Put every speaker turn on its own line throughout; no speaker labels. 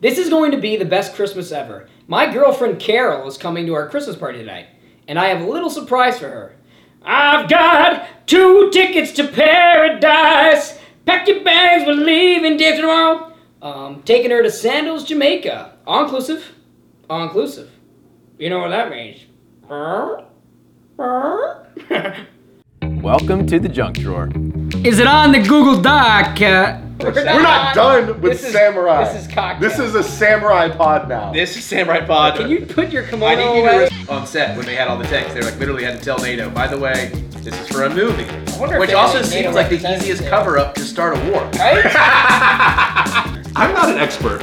This is going to be the best Christmas ever. My girlfriend Carol is coming to our Christmas party tonight, and I have a little surprise for her. I've got two tickets to paradise. Pack your bags, we're leaving day tomorrow. Um, taking her to Sandals, Jamaica. All inclusive. All inclusive. You know what that means.
Welcome to the junk drawer.
Is it on the Google Doc? Uh, we're,
We're not done with
This is-
samurai.
this is cocktail.
This is a samurai pod now.
This is Samurai Pod.
Can you put your kimono
I need you to
away?
res- on set when they had all the text. They like literally had to tell NATO, by the way, this is for a movie.
wonder if
Which
they
also
had a NATO
seems like the
representative
easiest
there.
cover up to start a war.
Right?
I'm not an expert,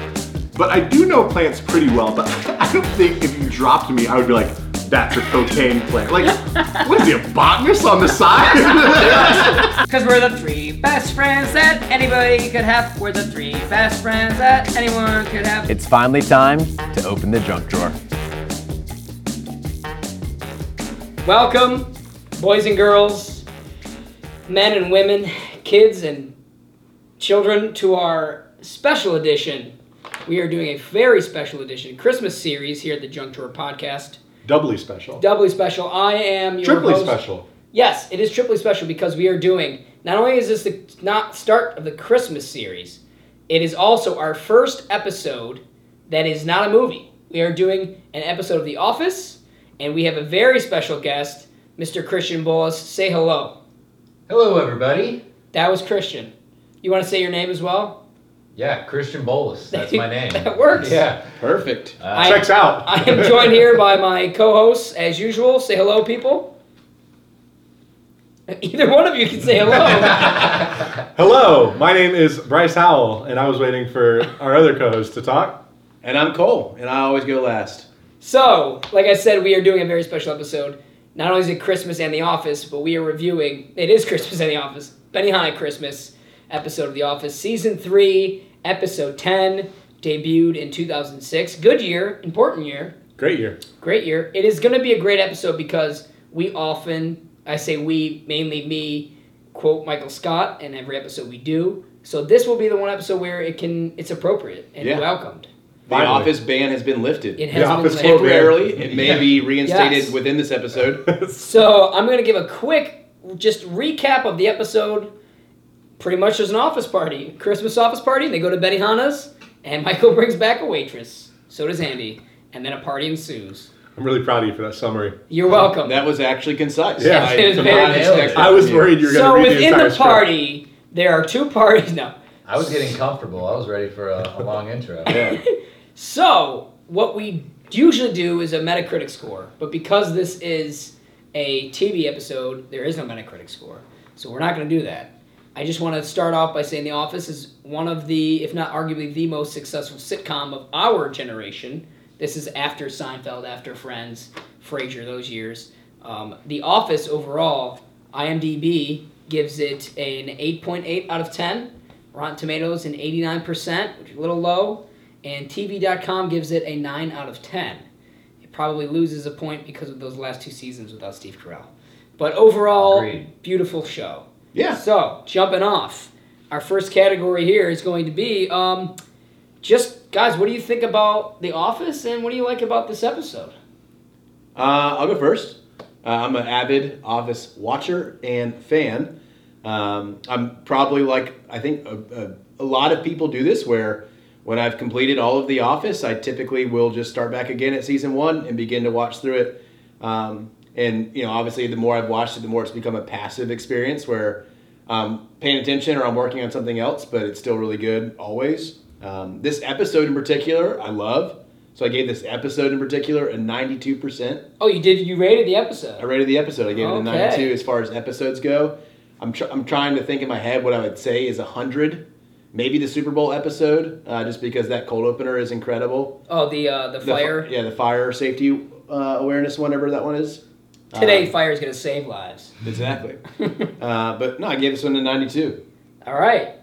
but I do know plants pretty well. But I don't think if you dropped me, I would be like, that's a cocaine plant. Like, what is he, a botanist on the side?
Because we're the three best friends that anybody could have. We're the three best friends that anyone could have.
It's finally time to open the junk drawer.
Welcome, boys and girls, men and women, kids and children, to our special edition. We are doing a very special edition Christmas series here at the Junk Drawer Podcast.
Doubly special.
Doubly special. I am your
Triply
host-
special.
Yes, it is triply special because we are doing. Not only is this the not start of the Christmas series, it is also our first episode that is not a movie. We are doing an episode of The Office, and we have a very special guest, Mr. Christian Bolas. Say hello.
Hello, everybody.
That was Christian. You want to say your name as well?
Yeah, Christian Bolus. That's my name.
That works.
Yeah.
Perfect.
Uh,
Checks out.
I am joined here by my co-hosts as usual. Say hello, people. Either one of you can say hello.
Hello, my name is Bryce Howell, and I was waiting for our other co-host to talk.
And I'm Cole, and I always go last.
So, like I said, we are doing a very special episode. Not only is it Christmas and The Office, but we are reviewing it is Christmas and The Office. Benny High Christmas episode of The Office, season three, episode ten, debuted in two thousand six. Good year, important year,
Great year.
great year. It is going to be a great episode because we often, I say we, mainly me, quote Michael Scott in every episode we do. So this will be the one episode where it can it's appropriate and
Yeah.
welcomed.
The
Finally.
office ban has been lifted.
It
The
has been
Office
lifted.
will be
Temporarily, it may be reinstated
Yes.
within this episode.
So I'm gonna give a quick just recap of the episode. Pretty much there's an office party, Christmas office party. They go to Benihana's, and Michael brings back a waitress. So does Andy, and then a party ensues.
I'm really proud of you for that summary.
You're welcome.
That was actually concise.
Yeah.
I
It was
did
very
not
concise.
expect that
I was
from you.
worried you were going to
so
read the
within
entire
the,
script.
party, there are two parties. No.
I was getting comfortable. I was ready for a, a long intro.
So what we usually do is a Metacritic score, but because this is a TV episode, there is no Metacritic score. So we're not going to do that. I just want to start off by saying The Office is one of the, if not arguably the most successful sitcom of our generation. This is after Seinfeld, after Friends, Frasier, those years. Um, the Office overall, IMDb gives it an 8.8 out of 10. Rotten Tomatoes an 89%, which is a little low. And TV.com gives it a 9 out of 10. It probably loses a point because of those last two seasons without Steve Carell. But overall,
Agreed.
beautiful show.
Yeah.
So, jumping off, our first category here is going to be um, just, guys, what do you think about The Office and what do you like about this episode?
Uh, I'll go first. Uh, I'm an avid Office watcher and fan. Um, I'm probably like I think a, a, a lot of people do this, where when I've completed all of The Office, I typically will just start back again at season one and begin to watch through it. Um, and you know, obviously, the more I've watched it, the more it's become a passive experience where I'm paying attention or I'm working on something else, but it's still really good always. Um, this episode in particular, I love. So I gave this episode in particular a 92 percent.
Oh, you did, you rated the episode.
I rated the episode. I gave it a
Okay.
92 as far as episodes go. I'm, tr- I'm trying to think in my head what I would say is 100. Maybe the Super Bowl episode, uh, just because that cold opener is incredible.
Oh, the uh, the
The fi-
fire.
yeah, the fire safety uh, awareness, whatever that one is.
Today,
Um,
fire is going to save lives.
exactly. uh, but no, I gave this one a 92.
All right.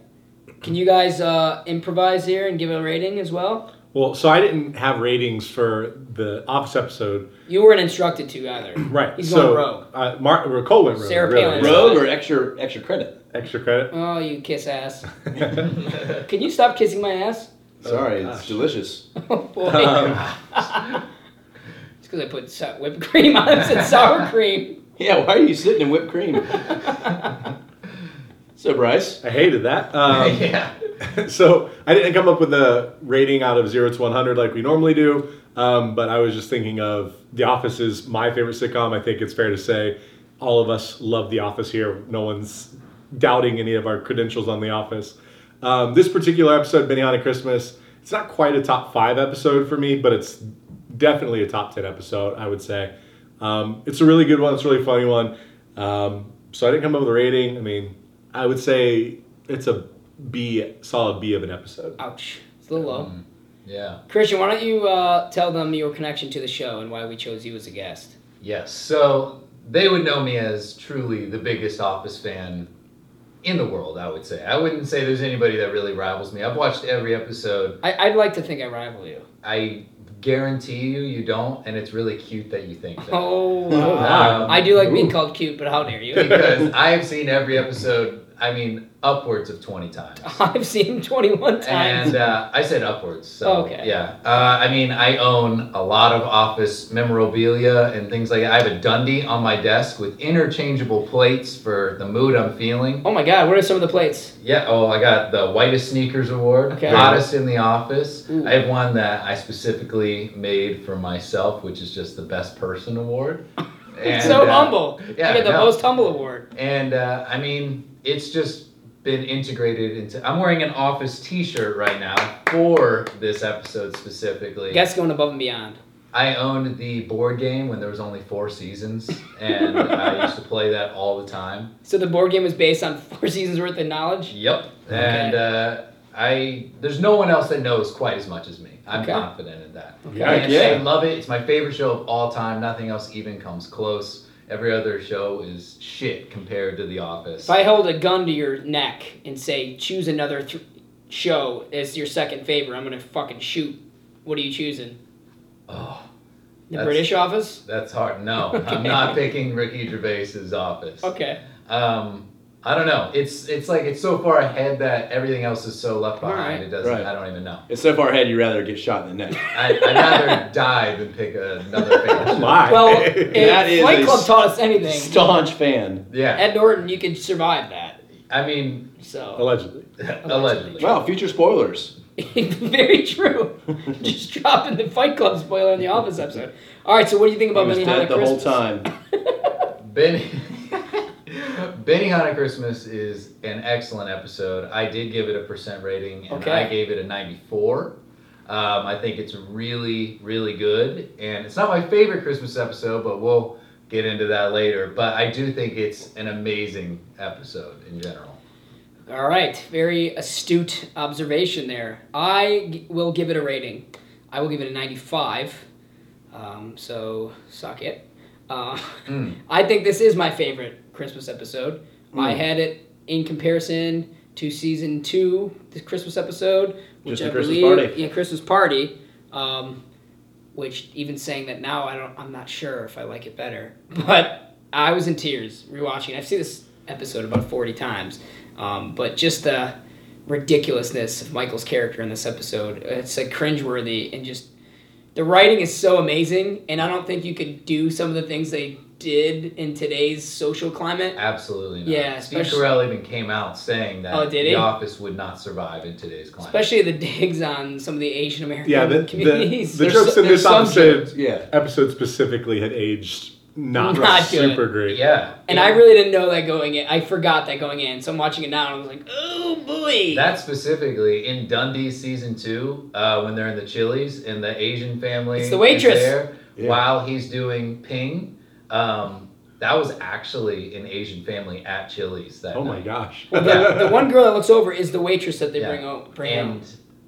Can you guys uh, improvise here and give it a rating as well?
Well, so I didn't have ratings for the office episode.
You weren't instructed to either.
Right.
He's
so,
going rogue.
Uh, Mark, or Cole went rogue.
Sarah
really.
Palin.
Yeah.
Rogue or extra extra credit?
Extra credit.
Oh, you kiss ass. Can you stop kissing my ass?
Sorry,
gosh.
it's delicious.
Boy. it's because I put sa- whipped cream on it and sour cream.
Yeah, why are you sitting in whipped cream? so Bryce,
I hated that. Um,
yeah.
so I didn't come up with a rating out of zero to one hundred like we normally do, um, but I was just thinking of The Office is my favorite sitcom. I think it's fair to say all of us love The Office here. No one's doubting any of our credentials on The Office. Um, this particular episode, Benihana Christmas, it's not quite a top five episode for me, but it's definitely a top ten episode. I would say um, it's a really good one. It's a really funny one. Um, so I didn't come up with a rating. I mean, I would say it's a B, solid B of an episode.
Ouch. It's a little low.
Um, Yeah.
Christian, why don't you uh, tell them your connection to the show and why we chose you as a guest?
Yes. So they would know me as truly the biggest Office fan in the world, I would say. I wouldn't say there's anybody that really rivals me. I've watched every episode.
I- I'd like to think I rival you.
I guarantee you, you don't, and it's really cute that you think that.
Oh,
wow.
I do like being called cute, but how dare you?
Because I have seen every episode, I mean, upwards of 20 times.
I've seen him 21 times.
And uh, I said upwards. So,
Oh, Okay.
Yeah. Uh, I mean, I own a lot of office memorabilia and things like that. I have a Dundee on my desk with interchangeable plates for the mood I'm feeling.
oh my God, what are some of the plates?
Yeah. Oh, I got the whitest sneakers award,
Okay.
hottest in the office.
Ooh.
I have one that I specifically made for myself, which is just the best person award. And,
so
uh,
humble.
yeah,
you get the
no.
most humble award.
And uh, I mean, it's just been integrated into. I'm wearing an office T-shirt right now for this episode specifically.
Guests going above and beyond.
I owned the board game when there was only four seasons, and I used to play that all the time.
So the board game is based on four seasons worth of knowledge.
Yep. And uh, I there's no one else that knows quite as much as me. I'm
Okay.
confident in that.
Okay.
And
Heck yeah.
I love it. It's my favorite show of all time. Nothing else even comes close. Every other show is shit compared to The Office.
If I held a gun to your neck and say, choose another th- show as your second favorite, I'm going to fucking shoot. What are you choosing?
oh,
The
That's-
British Office?
that's hard. No,
Okay.
I'm not picking Ricky Gervais's Office.
Okay.
Um, I don't know. It's it's like it's so far ahead that everything else is so left
All
behind.
right.
It doesn't.
Right.
I don't even know.
it's so far ahead you'd rather get shot in the neck.
I, I'd rather die than pick another favorite.
Oh
show.
my.
Well, if
is
Fight
a
Club taught us anything,
Staunch fan.
Yeah.
Ed Norton, you could survive that.
I mean,
So,
Allegedly.
allegedly.
Wow, future spoilers.
very true. Just dropping the Fight Club spoiler in the Office episode. All right, so what do you think
He
about
was
Benny
dead the whole
Christmas?
time.
Benny Benihana Christmas is an excellent episode. I did give it a percent rating, and
Okay.
I gave it a 94. Um, I think it's really, really good, and it's not my favorite Christmas episode, but we'll get into that later. But I do think it's an amazing episode in general.
All right, very astute observation there. I g- will give it a rating. I will give it a 95. Um, so suck it. Uh,
Hmm.
I think this is my favorite Christmas episode.
Hmm.
I had it in comparison to season two, the Christmas episode, which
Just the
I
Christmas
believe
party.
yeah Christmas party. Um, which even saying that now, I don't. I'm not sure if I like it better, but I was in tears rewatching. it. I've seen this episode about 40 times, um, but just the ridiculousness of Michael's character in this episode, it's like cringeworthy and just the writing is so amazing. And I don't think you could do some of the things they did in today's social climate.
Absolutely. Not.
Yeah,
Steve
especially-
Carell even came out saying that
Oh, did he?
The Office would not survive in today's climate.
Especially the digs on some of the Asian American
Yeah, the, the,
communities.
the
There's
jokes
so-
in this
there's some
episode,
Yeah.
episode specifically had aged not,
Not good.
super great.
yeah.
And I really didn't know that going in. I forgot that going in. So I'm watching it now and I was like, oh boy.
That specifically in Dundee season two, uh, when they're in the Chili's and the Asian family
It's the waitress.
is there
Yeah.
while he's doing ping. Um, that was actually an Asian family at Chili's that
Oh my
night.
gosh.
the, the one girl that looks over is the waitress that they
Yeah.
bring out. Bring out.
And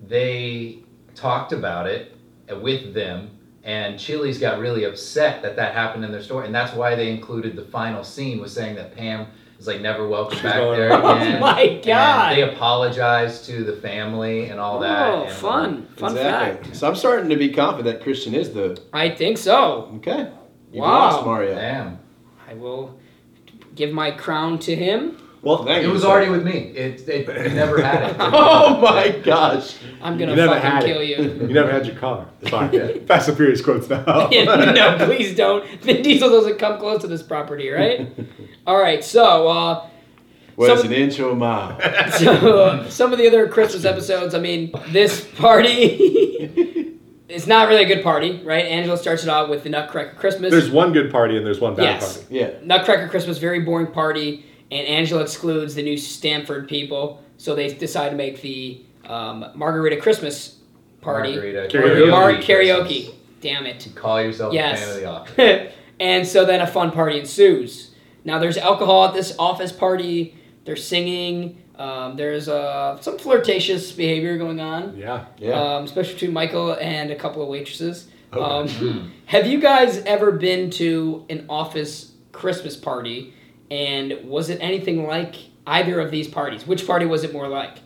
they talked about it with them, and Chili's got really upset that that happened in their store, and that's why they included the final scene was saying that Pam is like never welcome back
going
there
around.
again.
Oh my
And
God.
they apologized to the family and all that.
Oh,
and,
fun. Fun
exactly.
fact.
So I'm starting to be confident Christian is the
I think so.
okay. You
Wow.
lost Mario.
Damn.
I will give my crown to him.
Well,
Thank
It
you,
was
sir.
already with me. It, it you never had it.
Oh my gosh.
I'm gonna
You never
fucking
had it.
kill you.
you never had your car. Fine. Fast and Furious quotes now.
no, please don't. Vin Diesel doesn't come close to this property, right? All right, so uh,
Was
Some-
an inch or a mile?
so uh, some of the other Christmas episodes. I mean, this party. It's not really a good party, right? Angela starts it out with the Nutcracker Christmas.
There's one good party and there's one bad
Yes.
party.
Yeah.
Nutcracker Christmas, very boring party, and Angela excludes the new Stanford people, so they decide to make the um, Margarita Christmas party.
Margarita.
Karaoke.
Mar-
Christmas.
karaoke. Damn it.
Call yourself
Yes.
a fan of the office.
and so then a fun party ensues. Now there's alcohol at this office party. They're singing. Um, there's uh, some flirtatious behavior going on,
Yeah.
Yeah.
um, especially between Michael and a couple of waitresses.
Okay.
Um, have you guys ever been to an office Christmas party? And was it anything like either of these parties? Which party was it more like?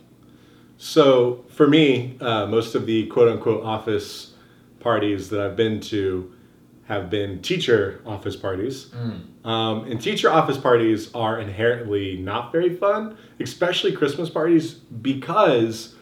So for me, uh, most of the quote unquote office parties that I've been to have been teacher office parties. Um, and teacher office parties are inherently not very fun, especially Christmas parties, because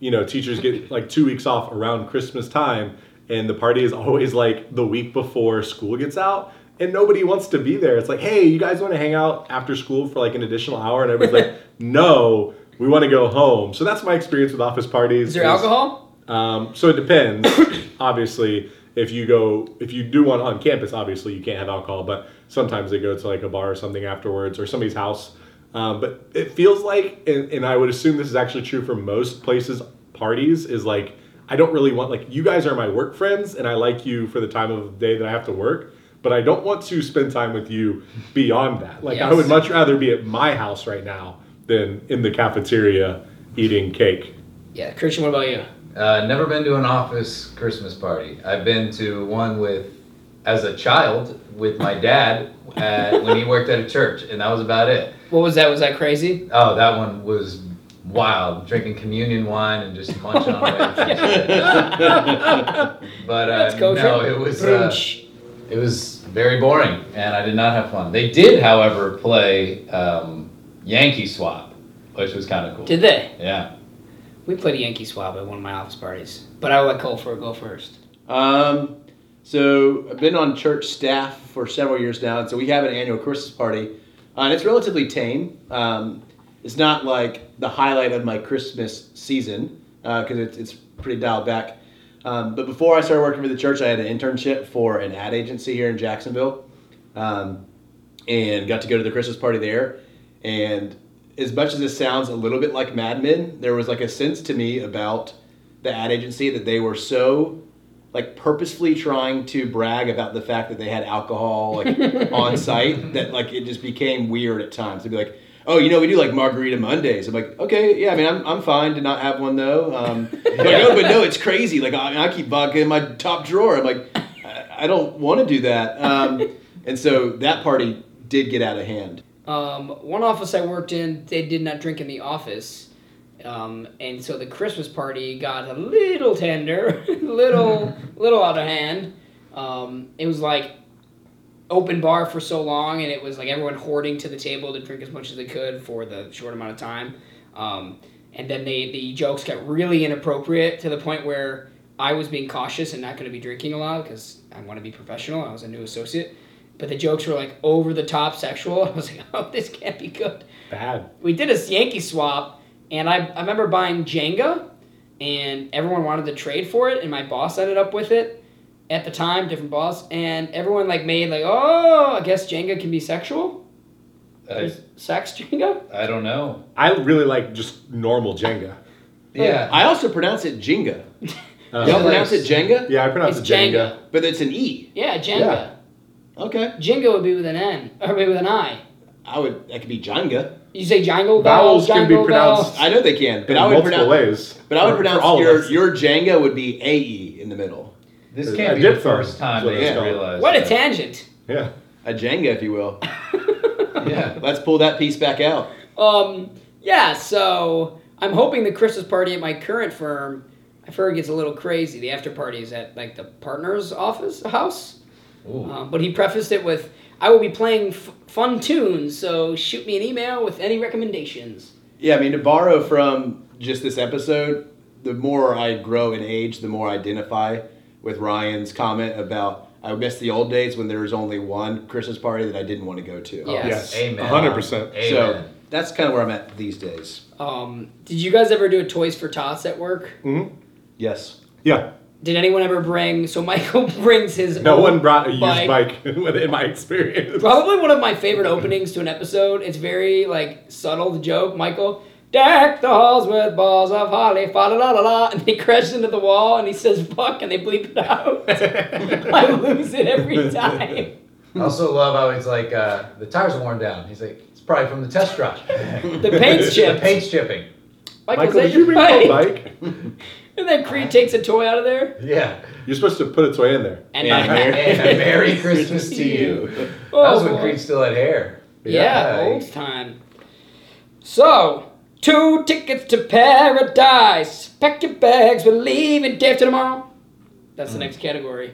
you know teachers get like two weeks off around Christmas time, and the party is always like the week before school gets out, and nobody wants to be there. It's like, hey, you guys want to hang out after school for like an additional hour, and everybody's like, no, we want to go home. So that's my experience with office parties.
Is there alcohol?
Um, so it depends. obviously, if you go, if you do one on campus, obviously you can't have alcohol. But sometimes they go to like a bar or something afterwards, or somebody's house. Um, but it feels like, and, and I would assume this is actually true for most places, parties is like I don't really want like you guys are my work friends, and I like you for the time of day that I have to work. But I don't want to spend time with you beyond that. Like I
Yes.
would much rather be at my house right now than in the cafeteria eating cake.
Yeah, Christian. What about you?
Uh, never been to an office Christmas party. I've been to one with, as a child, with my dad at, when he worked at a church, and that was about it.
What was that? Was that crazy?
Oh, that one was wild. Drinking communion wine and just munching on waitresses. but
Oh That's
uh,
kosher.
no, it was. Uh, it was very boring and i did not have fun they did however play um, yankee swap which was kind of cool
Did they?
yeah
We played a Yankee swab at one of my office parties, but I let Cole for go first.
Um, so I've been on church staff for several years now, and so we have an annual Christmas party, uh, and it's relatively tame. Um, it's not like the highlight of my Christmas season because it's, it's pretty dialed back. Um, but before I started working for the church, I had an internship for an ad agency here in Jacksonville, um, and got to go to the Christmas party there. And as much as this sounds a little bit like Mad Men, there was like a sense to me about the ad agency that they were so like purposefully trying to brag about the fact that they had alcohol like on site that like it just became weird at times to be like oh you know we do like margarita mondays i'm like okay yeah i mean i'm, I'm fine to not have one though um, but no but no it's crazy like I, I keep vodka in my top drawer i'm like i, I don't want to do that um, and so that party did get out of hand
Um, one office I worked in, they did not drink in the office, um, and so the Christmas party got a little tender, little little out of hand. Um, it was like open bar for so long, and it was like everyone hoarding to the table to drink as much as they could for the short amount of time. Um, and then they the jokes got really inappropriate to the point where I was being cautious and not going to be drinking a lot because I want to be professional. I was a new associate, but the jokes were like over the top sexual. I was like, oh, this can't be good.
Bad.
We did a Yankee swap, and I, I remember buying Jenga, and everyone wanted to trade for it, and my boss ended up with it at the time, different boss, and everyone like made like, oh, I guess Jenga can be sexual.
I,
There's Oh. sex Jenga.
I don't know
I really like just normal Jenga.
yeah
i also pronounce it jenga
Uh,
y'all
Yeah.
pronounce it jenga
Yeah, I pronounce
It's
it Jenga.
but it's an e
Yeah, Jenga.
Yeah.
okay
Jenga would be with an N or maybe with an I.
i would that could be jenga
You say jangle bell,
Vowels can be
jangle bell.
pronounced
i know they can but
in
i would
multiple
pronounce
ways.
But I would
for- for
pronounce
all of
your
us.
your Jenga would be A E in the middle.
this
Uh,
can't be
dip
the
throw
first
is
time
what
they
it's
didn't
called.
realize
What a
that.
tangent.
yeah.
A Jenga, if you will.
yeah
Let's pull that piece back out.
Um, yeah, so I'm hoping the Christmas party at my current firm, I've heard it gets a little crazy. The after party is at like the partner's office house.
Ooh.
Um, but he prefaced it with, I will be playing f- fun tunes, so shoot me an email with any recommendations.
Yeah, I mean, to borrow from just this episode, the more I grow in age, the more I identify with Ryan's comment about I miss the old days when there was only one Christmas party that I didn't want to go to.
Yeah.
Yes.
Amen.
100%.
Amen.
So that's kind of where I'm at these days.
Um, did you guys ever do a Toys for Tots at work?
Mm.
Yes.
Yeah.
Did anyone ever bring? So Michael brings his.
No
own
one brought a used bike, in my experience.
Probably one of my favorite openings to an episode. It's very like subtle. The joke, Michael. Deck the halls with balls of holly, fa la la la la, and they crash into the wall, and he says "buck," and they bleep it out. I lose it every time.
I also love how he's like, uh, the tires are worn down. He's like, it's probably from the test drive.
The paint's
the
chipped.
paint's chipping.
Michael,
Michael,
is that
did you
your
bring my
bike?
bike?
And then Creed takes a toy out of there.
Yeah.
You're supposed to put a toy in there.
And
Yeah.
my-
And Merry Christmas to you.
oh,
that was when
boy.
Creed still had hair.
Yeah,
he-
old time. So, two tickets to paradise. Pack your bags, we're leaving day after tomorrow. That's
Hmm.
the next category.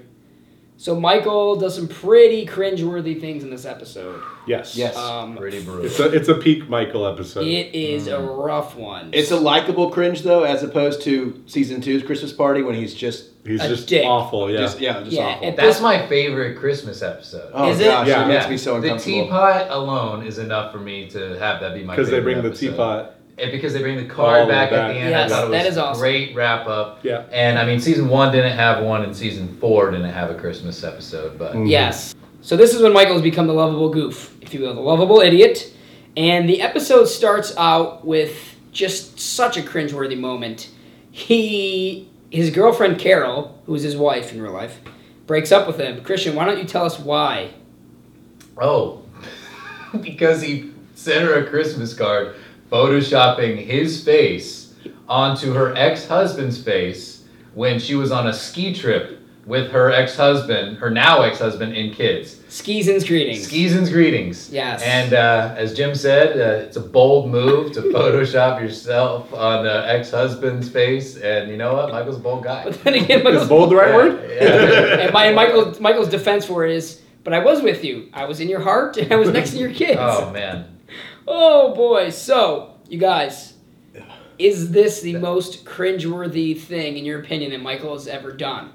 So Michael does some pretty cringeworthy things in this episode.
Yes.
Yes.
Um,
Pretty brutal.
It's a it's a peak Michael episode.
it is a rough one.
Hmm. It's a likable cringe though, as opposed to season two's Christmas party when he's just,
He's
a
just
dick.
awful. Yeah.
just yeah, just
yeah.
awful.
At
That's
this,
my favorite Christmas episode.
Oh
Is it?
gosh,
Yeah.
it makes
Yeah.
me so
the
uncomfortable.
teapot alone is enough for me to have that be my.
because they
favorite
bring the
episode.
teapot.
and because they bring the
All
card
the way
back,
back.
at the end.
Yes,
I thought it was
that is awesome.
great wrap up.
Yeah.
And I mean, season one didn't have one, and season four didn't have a Christmas episode. But
Mm-hmm.
Mm.
yes. So this is when Michael has become the lovable goof, if you will, the lovable idiot. And the episode starts out with just such a cringeworthy moment. He, his girlfriend Carol, who's his wife in real life, breaks up with him. Christian, why don't you tell us why?
oh, because he sent her a Christmas card, photoshopping his face onto her ex husband's face when she was on a ski trip with her ex husband, her now ex husband, and kids.
Skis and greetings.
Skis and greetings.
Yes.
And uh, as Jim said, uh, it's a bold move to Photoshop yourself on uh, ex-husband's face, and you know what? Michael's a bold guy.
But then again,
Is
Michael's,
bold the right word?
Yeah.
and my, and Michael, Michael's defense for it is, but I was with you. I was in your heart, and I was next to your kids.
Oh man.
Oh boy, so you guys, is this the most cringeworthy thing in your opinion that Michael has ever done?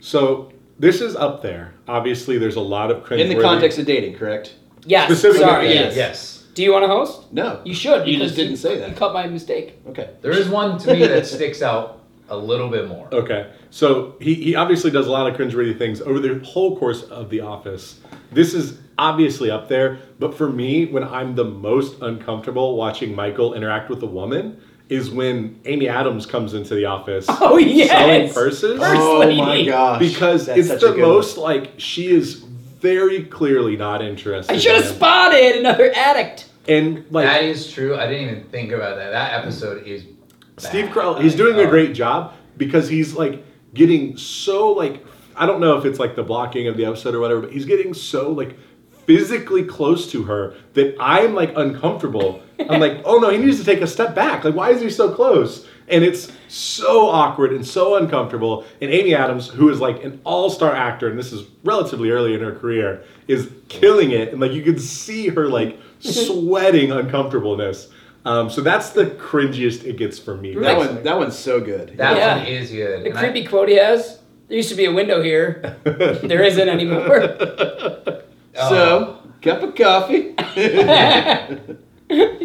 So this is up there. Obviously, there's a lot of cringe.
In the context of dating, correct?
Yes.
Specifically,
Sorry.
yeah,
Yes.
Yes.
Do you want to host?
No.
You should.
You
because
just didn't say
You
that.
caught my mistake.
Okay.
There is one to me that sticks out a little bit more.
Okay. So he, he obviously does a lot of cringeworthy things over the whole course of The Office. This is obviously up there, but for me, when I'm the most uncomfortable watching Michael interact with a woman is when Amy Adams comes into the office
Oh yes.
selling purses.
Purse
Oh my
lady.
gosh.
Because
That's
it's
such a
the
good one.
most like she is very clearly not interested.
I should have
in him.
spotted another addict.
And like
That is true. I didn't even think about that. That episode is. bad.
Steve Carell, he's doing a
Oh.
great job because he's like getting so like I don't know if it's like the blocking of the episode or whatever, but he's getting so like physically close to her that I'm like uncomfortable. I'm like, oh no, he needs to take a step back. Like, why is he so close? And it's so awkward and so uncomfortable. And Amy Adams, who is like an all-star actor, and this is relatively early in her career, is killing it. And like you can see her like sweating uncomfortableness. Um, so that's the cringiest it gets for me.
That
That's-
one that one's so good.
That
Yeah.
one is good.
The
And I-
creepy quote he has. There used to be a window here. there isn't anymore.
oh.
So, cup of coffee.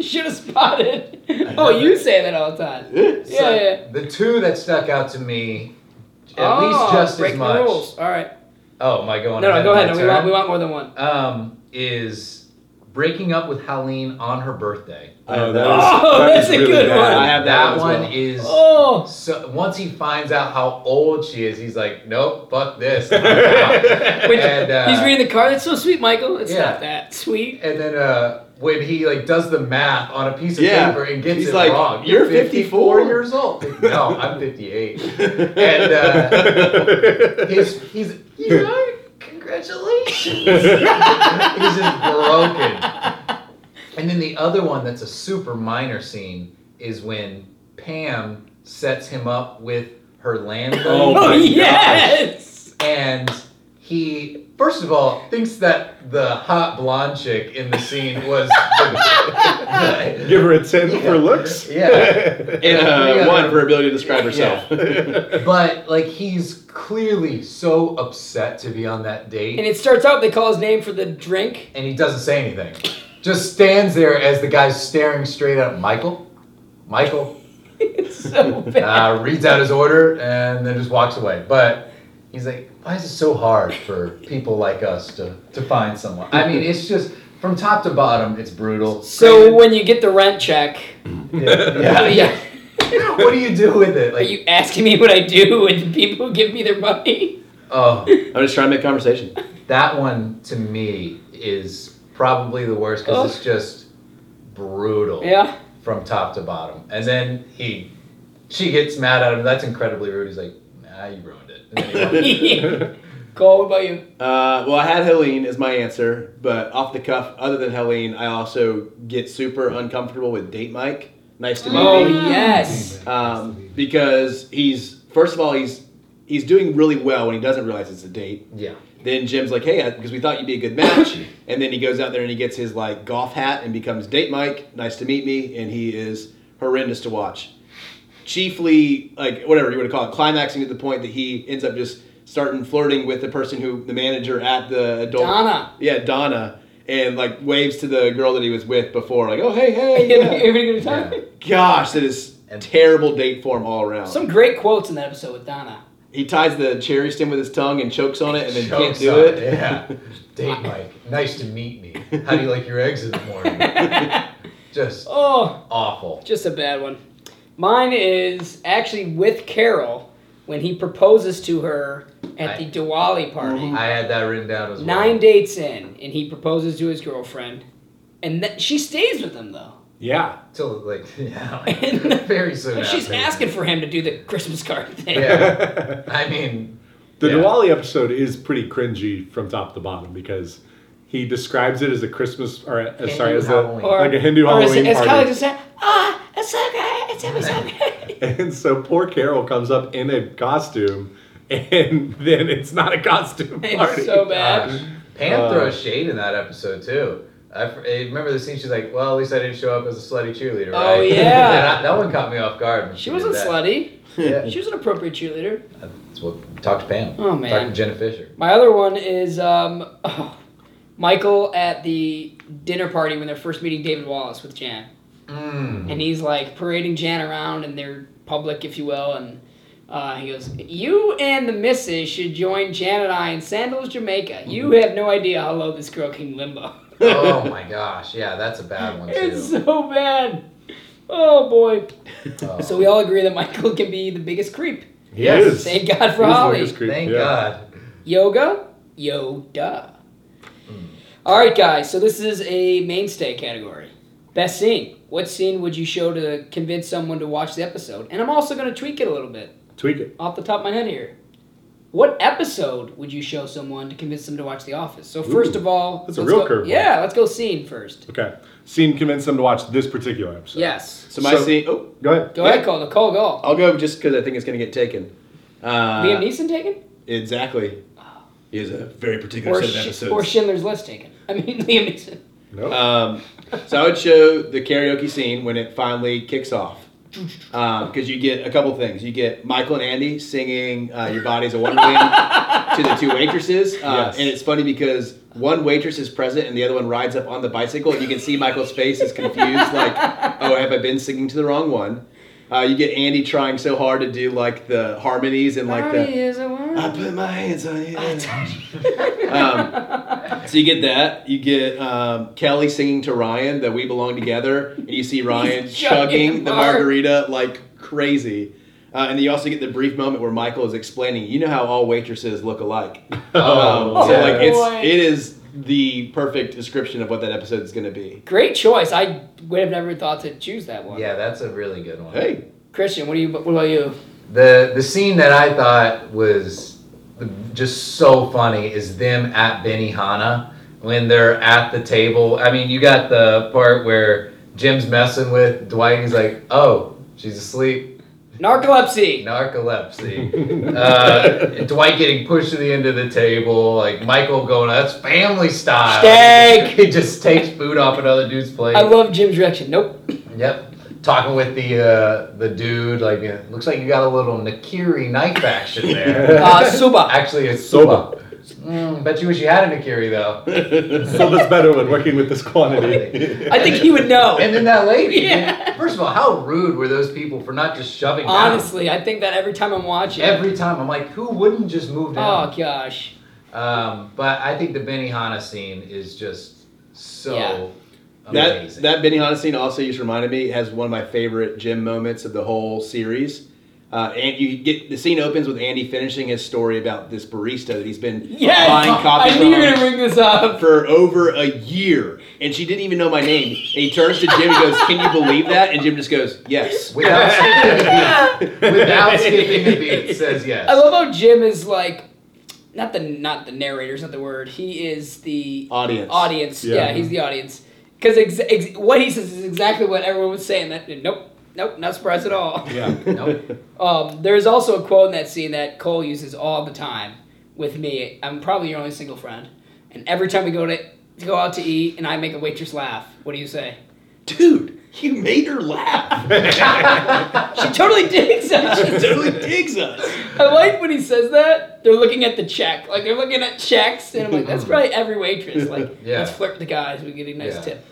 should have spotted. Oh, you say that all the time. Yeah,
So,
yeah.
The two that stuck out to me, at
oh,
least just
break
as much.
The rules. All right.
Oh, am I going?
No, no,
ahead
go
of my
ahead. No, we
turn?
want, we want more than one.
um, is breaking up with Helene on her birthday.
Oh, that is,
Oh,
that
that's
is
a
really
good
bad.
one.
I have that,
that
one. as well.
one is
Oh,
so. Once he finds out how old she is, he's like, "Nope, fuck this." and
wait,
And, uh,
he's reading the card. That's so sweet, Michael. It's
Yeah.
not that sweet.
then uh, when he like does the math on a piece of
Yeah.
paper and gets
He's
it
like,
wrong,
"You're 54?
years old. No, I'm 58. and uh, his, he's you know, congratulations. he's just broken. And then the other one that's a super minor scene is when Pam sets him up with her landlady
Oh
Oh,
my
yes.
and he First of all, thinks that the hot blonde chick in the scene was. the-
Give her a 10 for looks.
yeah,
And uh, one for ability to describe herself.
but like he's clearly so upset to be on that date.
And it starts out, they call his name for the drink.
and he doesn't say anything. Just stands there as the guy's staring straight at him. Michael. Michael
It's so bad.
uh, reads out his order and then just walks away. But he's like, why is it so hard for people like us to, to find someone? I mean, it's just from top to bottom, it's brutal.
So when you get the rent check,
yeah,
yeah.
what do you do with it?
Are
Like,
you asking me what I do when people give me their money?
oh,
I'm just trying to make conversation.
that one to me is probably the worst because it's just brutal.
Yeah.
from top to bottom. And then he, she gets mad at him. That's incredibly rude. He's like, nah, you ruined it. And then he walks.
Cole, what about you?
Uh, well, I had Helene as my answer, but off the cuff, other than Helene, I also get super uncomfortable with Date Mike. Nice to meet
Oh,
you.
yes.
Um, because he's first of all he's he's doing really well when he doesn't realize it's a date.
yeah.
Then Jim's like, "Hey, because we thought you'd be a good match," and then he goes out there and he gets his like golf hat and becomes date Mike. Nice to meet me, and he is horrendous to watch. Chiefly, like whatever you want to call it, climaxing to the point that he ends up just starting flirting with the person who the manager at the adult
Donna.
yeah Donna, and like waves to the girl that he was with before, like, "Oh hey hey."
You
yeah."
having a good time?
Yeah.
Gosh, that is
And-
terrible date form all around.
Some great quotes in that episode with Donna.
he ties the cherry stem with his tongue and chokes on it and then can't
Chokes
do
on
it.
Yeah. Date Mike, nice to meet me. How do you like your eggs in the morning? Just
Oh,
awful.
just a bad one. Mine is actually with Carol when he proposes to her at the
I- Mm-hmm.
Diwali party.
I had that written down as well.
Nine dates in, and he proposes to his girlfriend, and th- she stays with him though.
Yeah.
Till like, yeah, like, very soon.
But she's
after.
asking for him to do the Christmas card thing.
Yeah. I mean,
The
Yeah.
Diwali episode is pretty cringy from top to bottom because he describes it as a Christmas or uh, sorry as a,
Halloween.
Or-
like a Hindu
or
Halloween
as, as Kylie
party.
just said, ah, it's so good, it's every so good.
And so poor Carol comes up in a costume, and then it's not a costume party.
It's so bad.
Gosh. Pam
Uh,
throws shade in that episode too. I, fr- I remember the scene. She's like, "Well, at least I didn't show up as a slutty cheerleader."
Oh,
right?
yeah.
And I- that one caught me off guard. when
she wasn't
did that.
slutty.
Yeah.
She was an appropriate cheerleader.
That's what- talk to Pam.
Oh,
Talk
man.
to Jenna Fisher.
My other one is um, Michael at the dinner party when they're first meeting David Wallace with Jan, and he's like parading Jan around in their public, if you will, and uh, he goes, "You and the missus should join Jan and I in Sandals, Jamaica. You have no idea how low this girl can limbo.
oh my gosh, yeah, that's a bad one too.
it's so bad. Oh boy.
Oh.
So we all agree that Michael can be the biggest creep.
He
Yes.
is.
Thank God for
He's the
Holly.
biggest creep,
Thank
yeah.
God.
Yoga, Yoda.
Hmm.
All right, guys. So this is a mainstay category. Best scene. What scene would you show to convince someone to watch the episode? And I'm also going to tweak it a little bit
Tweak it.
off the top of my head here. What episode would you show someone to convince them to watch The Office? So first
Ooh,
of all,
that's a
let's
real
go-
curveball.
Yeah, let's go scene first.
Okay. Scene convinced them to watch this particular episode.
Yes.
So my
So-
scene. Oh,
Go ahead.
Go ahead, Cole. Nicole, go.
I'll go just because I think it's going to get taken.
Oh,
Uh,
Liam Neeson taken?
Exactly. He has a very particular
Or,
set of
Sh-
episodes.
or Schindler's List taken? I mean, Liam Neeson.
No.
Um, so I would show the karaoke scene when it finally kicks off. Because you get a couple things. You get Michael and Andy singing uh, Your Body's a Wonderland to the two waitresses. Uh,
Yes.
And it's funny because one waitress is present and the other one rides up on the bicycle. And you can see Michael's face is confused, like, oh, have I been singing to the wrong one? Uh, you get Andy trying so hard to do like the harmonies and like
Body
the.
is a wonder-
I put my hands on you. um, so you get that. You get um, Kelly singing to Ryan that we belong together, and you see Ryan
He's chugging
chugging the
a bar.
margarita like crazy. Uh, and then you also get the brief moment where Michael is explaining, you know how all waitresses look alike.
Oh,
Um, so
yeah.
like
boy.
it's it is the perfect description of what that episode is going to be.
Great choice. I would have never thought to choose that one.
Yeah, that's a really good one.
Hey,
Christian, what do you? What about you?
The the scene that I thought was the- just so funny is them at Benihana when they're at the table. I mean, you got the part where Jim's messing with Dwight. He's like, "Oh, she's asleep."
Narcolepsy.
narcolepsy. uh, Dwight getting pushed to the end of the table. Like Michael going, that's family style.
Steak!
he just takes food off another dude's plate.
I love Jim's direction. Nope.
Yep. Talking with the uh, the dude, like you know, looks like you got a little Nakiri knife action there.
Uh, Suba.
Actually, it's
Soba.
soba. Mm, bet you wish you had a Nakiri though.
So that's better when working with this quantity.
I think he would know.
And then that lady.
Yeah.
First of all, how rude were those people for not just shoving? down?
Honestly, I think that every time I'm watching.
Every time I'm like, who wouldn't just move down?
oh gosh.
Um, but I think the Benihana scene is just so
That
amazing.
that Benihana scene also you just reminded me has one of my favorite gym moments of the whole series. Uh, and you get the scene opens with Andy finishing his story about this barista that he's been
Yes.
buying coffee
I knew you were
from
gonna bring this up.
for over a year, and she didn't even know my name. And he turns to Jim and goes, "Can you believe that?" And Jim just goes, "Yes."
without skipping a beat, without skipping a beat, it says yes.
I love how Jim is like, not the not the narrator is not the word. He is the
Audience.
Audience. Yeah,
Yeah.
he's the audience. Because ex- ex- what he says is exactly what everyone was saying. That nope, nope, not surprised at all.
yeah.
Nope.
Um, there's also a quote in that scene that Cole uses all the time with me. I'm probably your only single friend, and every time we go to, to go out to eat, and I make a waitress laugh. What do you say?
Dude, you made her laugh.
She totally digs
She
it.
totally digs us.
I like when he says that. They're looking at the check, like they're looking at checks, and I'm like, that's probably every waitress. Like,
Yeah.
let's flirt with the guys. We get a nice
Yeah.
tip.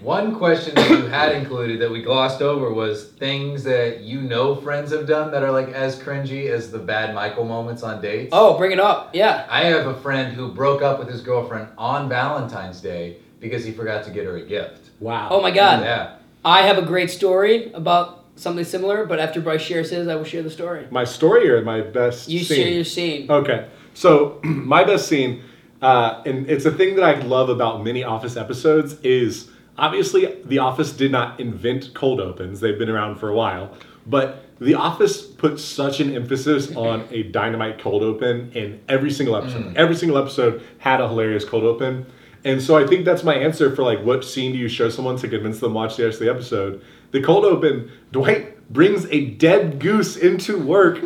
One question that you had included that we glossed over was things that you know friends have done that are like as cringy as the bad Michael moments on dates.
Oh, bring it up. Yeah.
I have a friend who broke up with his girlfriend on Valentine's Day because he forgot to get her a gift.
Wow.
Oh my God.
Yeah.
I have a great story about something similar, but after Bryce shares his, I will share the story.
My story or my best
You
scene?
share your scene.
Okay. So my best scene, uh, and it's a thing that I love about many Office episodes is obviously The Office did not invent cold opens. They've been around for a while, but The Office put such an emphasis on a dynamite cold open in every single episode. Every single episode had a hilarious cold open. And so I think that's my answer for like what scene do you show someone to convince them to watch the rest of the episode? The cold open, Dwight brings a dead goose into work,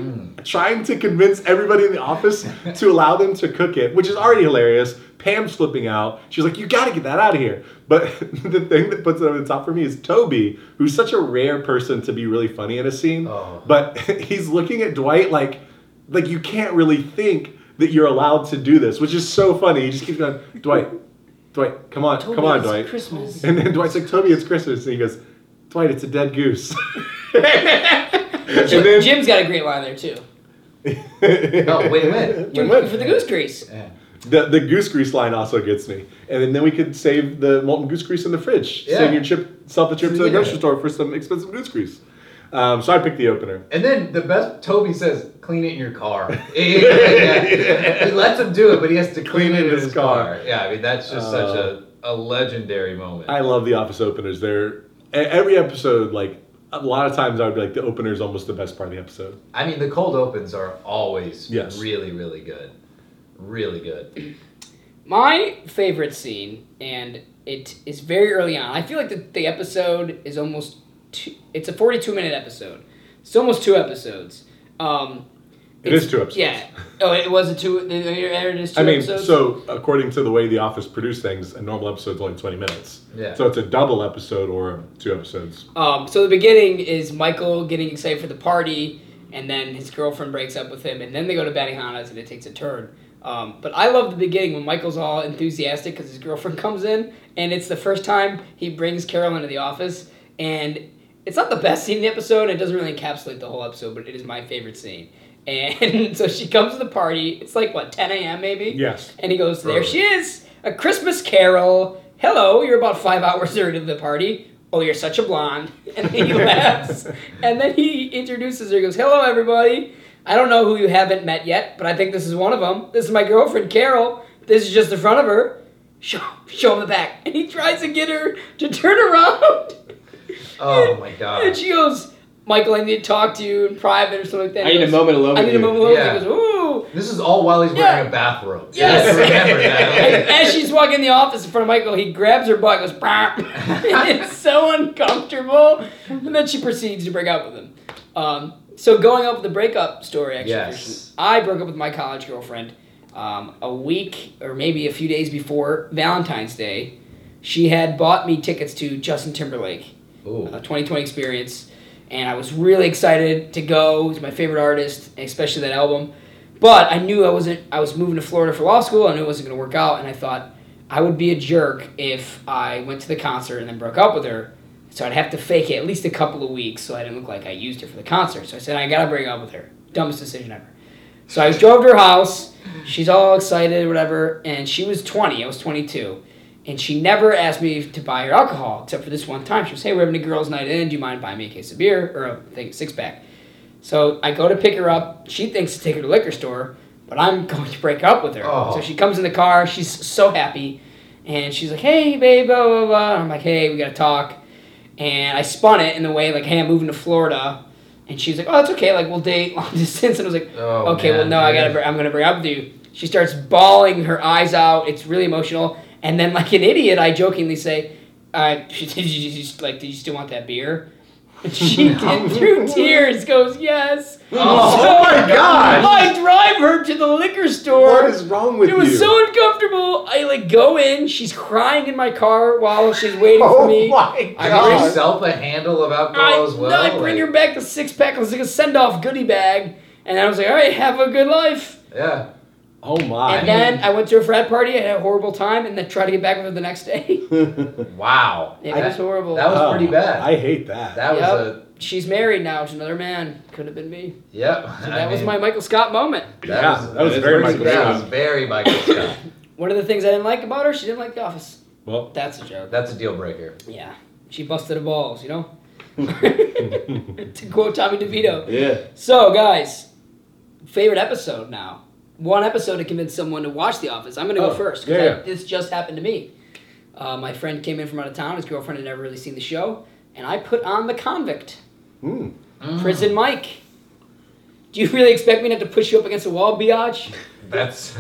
trying to convince everybody in the office to allow them to cook it, which is already hilarious. Pam's flipping out. She's like, "You got to get that out of here." But the thing that puts it over the top for me is Toby, who's such a rare person to be really funny in a scene,
Oh.
but he's looking at Dwight like, like you can't really think that you're allowed to do this, which is so funny. He just keeps going, Dwight, Dwight, come on, come on,
it's
Dwight.
Christmas.
And then Dwight's like, Toby, it's Christmas. And he goes, Dwight, it's a dead goose. and then,
Jim's got a great line there too.
No, win-win.
For the goose grease.
Yeah.
the, the goose grease line also gets me. And then, then we could save the molten goose grease in the fridge.
Yeah.
Save your trip, self a trip to the
Yeah.
grocery store for some expensive goose grease. Um, so I picked the opener.
And then the best Toby says, "Clean it in your car." Yeah. he lets him do it, but he has to clean, it in his, car. Uh, Yeah, I mean that's just such a, a legendary moment.
I love the office openers. They're e- every episode, like a lot of times I would be like, the opener is almost the best part of the episode.
I mean, the cold opens are always
Yes.
really, really good. Really good.
My favorite scene, and it is very early on. I feel like the, the episode is almost two, it's a forty-two minute episode. It's almost two episodes. Um,
It
it's-
is two episodes.
Yeah. Oh, it was a two. It it is two
I mean,
episodes.
so according to the way The Office produced things, a normal episode's only 20 minutes.
Yeah.
So it's a double episode or two episodes.
Um, so the beginning is Michael getting excited for the party, and then his girlfriend breaks up with him, and then they go to Benihana's, and it takes a turn. Um, but I love the beginning when Michael's all enthusiastic because his girlfriend comes in, and it's the first time he brings Carol into the office, and it's not the best scene in the episode. It doesn't really encapsulate the whole episode, but it is my favorite scene. And so she comes to the party. It's like what 10 a.m. maybe.
Yes.
And he goes, There she is! A Christmas carol! Hello, you're about five hours early to the party. Oh, you're such a blonde. And he laughs. And then he introduces her. He goes, Hello, everybody. I don't know who you haven't met yet, but I think this is one of them. This is my girlfriend, Carol. This is just the front of her. Show, show him the back. And he tries to get her to turn around.
Oh my
And
god.
she goes, Michael, I need to talk to you in private or something like that.
I
He
need a
goes,
moment alone
I
with
need a
you."
moment alone.
Yeah.
He goes, Ooh.
This is all while he's
Yeah.
wearing a bathrobe.
Yes.
remember
And
that.
as she's walking in the office in front of Michael, he grabs her butt, goes, "Brap." it's so uncomfortable. And then she proceeds to break up with him. Um, so going up with the breakup story, actually,
Yes.
Christian, I broke up with my college girlfriend um, a week or maybe a few days before Valentine's Day. She had bought me tickets to Justin Timberlake,
Ooh.
a 2020 experience, and I was really excited to go. He's my favorite artist, especially that album. But I knew I wasn't. I was moving to Florida for law school. I knew it wasn't going to work out, and I thought I would be a jerk if I went to the concert and then broke up with her. So I'd have to fake it at least a couple of weeks so I didn't look like I used her for the concert. So I said, I gotta break up with her. Dumbest decision ever. So I drove to her house. She's all excited, whatever. And she was 20. I was 22. And she never asked me to buy her alcohol, except for this one time. She was, hey, we're having a girls' night in. Do you mind buying me a case of beer or a thing, six pack? So I go to pick her up. She thinks to take her to the liquor store, but I'm going to break up with her.
Oh.
So she comes in the car. She's so happy. And she's like, hey, babe, blah, blah, blah. And I'm like, hey, we got to talk. And I spun it in the way, like, hey, I'm moving to Florida. And she's like, oh, it's okay. Like, we'll date long distance. And I was like,
Oh,
okay, well,
man,
no, I
dude.
gotta, br- I'm gonna bring up with you. She starts bawling her eyes out. It's really emotional. And then, like an idiot, I jokingly say, uh, did you just, like, did you still want that beer? And she, in- through tears, goes, yes.
Oh my god!
I drive her to the liquor store.
What is wrong with
It was
you?
so uncomfortable. I like go in. She's crying in my car while she's waiting for
Oh
me.
my
I
Give
bring-
god!
yourself a handle of
I,
alcohol as well.
no, I bring
like-
her back the six pack. It was like a send off goodie bag. And I was like, all right, have a good life.
Yeah.
Oh my!
And then I went to a frat party. I had a horrible time, and then tried to get back with her the next day.
Wow.
It
That-
was horrible.
That was
Oh,
pretty bad.
I hate that.
that was
Yep.
a.
She's married now to another man. Could have been me.
Yep.
So that was my Michael Scott moment.
Yeah, that was very Michael
That
Scott.
was very Michael Scott.
One of the things I didn't like about her, she didn't like The Office.
well,
That's a joke.
That's a deal breaker.
Yeah, she busted the balls. You know. to quote Tommy DeVito.
Yeah.
So, guys, favorite episode now. One episode to convince someone to watch The Office. I'm going to go
Oh,
first
yeah,
because
yeah.
this just happened to me. Uh, my friend came in from out of town. His girlfriend had never really seen the show, and I put on The Convict.
mm.
Prison Mike. Do you really expect me not to push you up against a wall, biatch?
That's.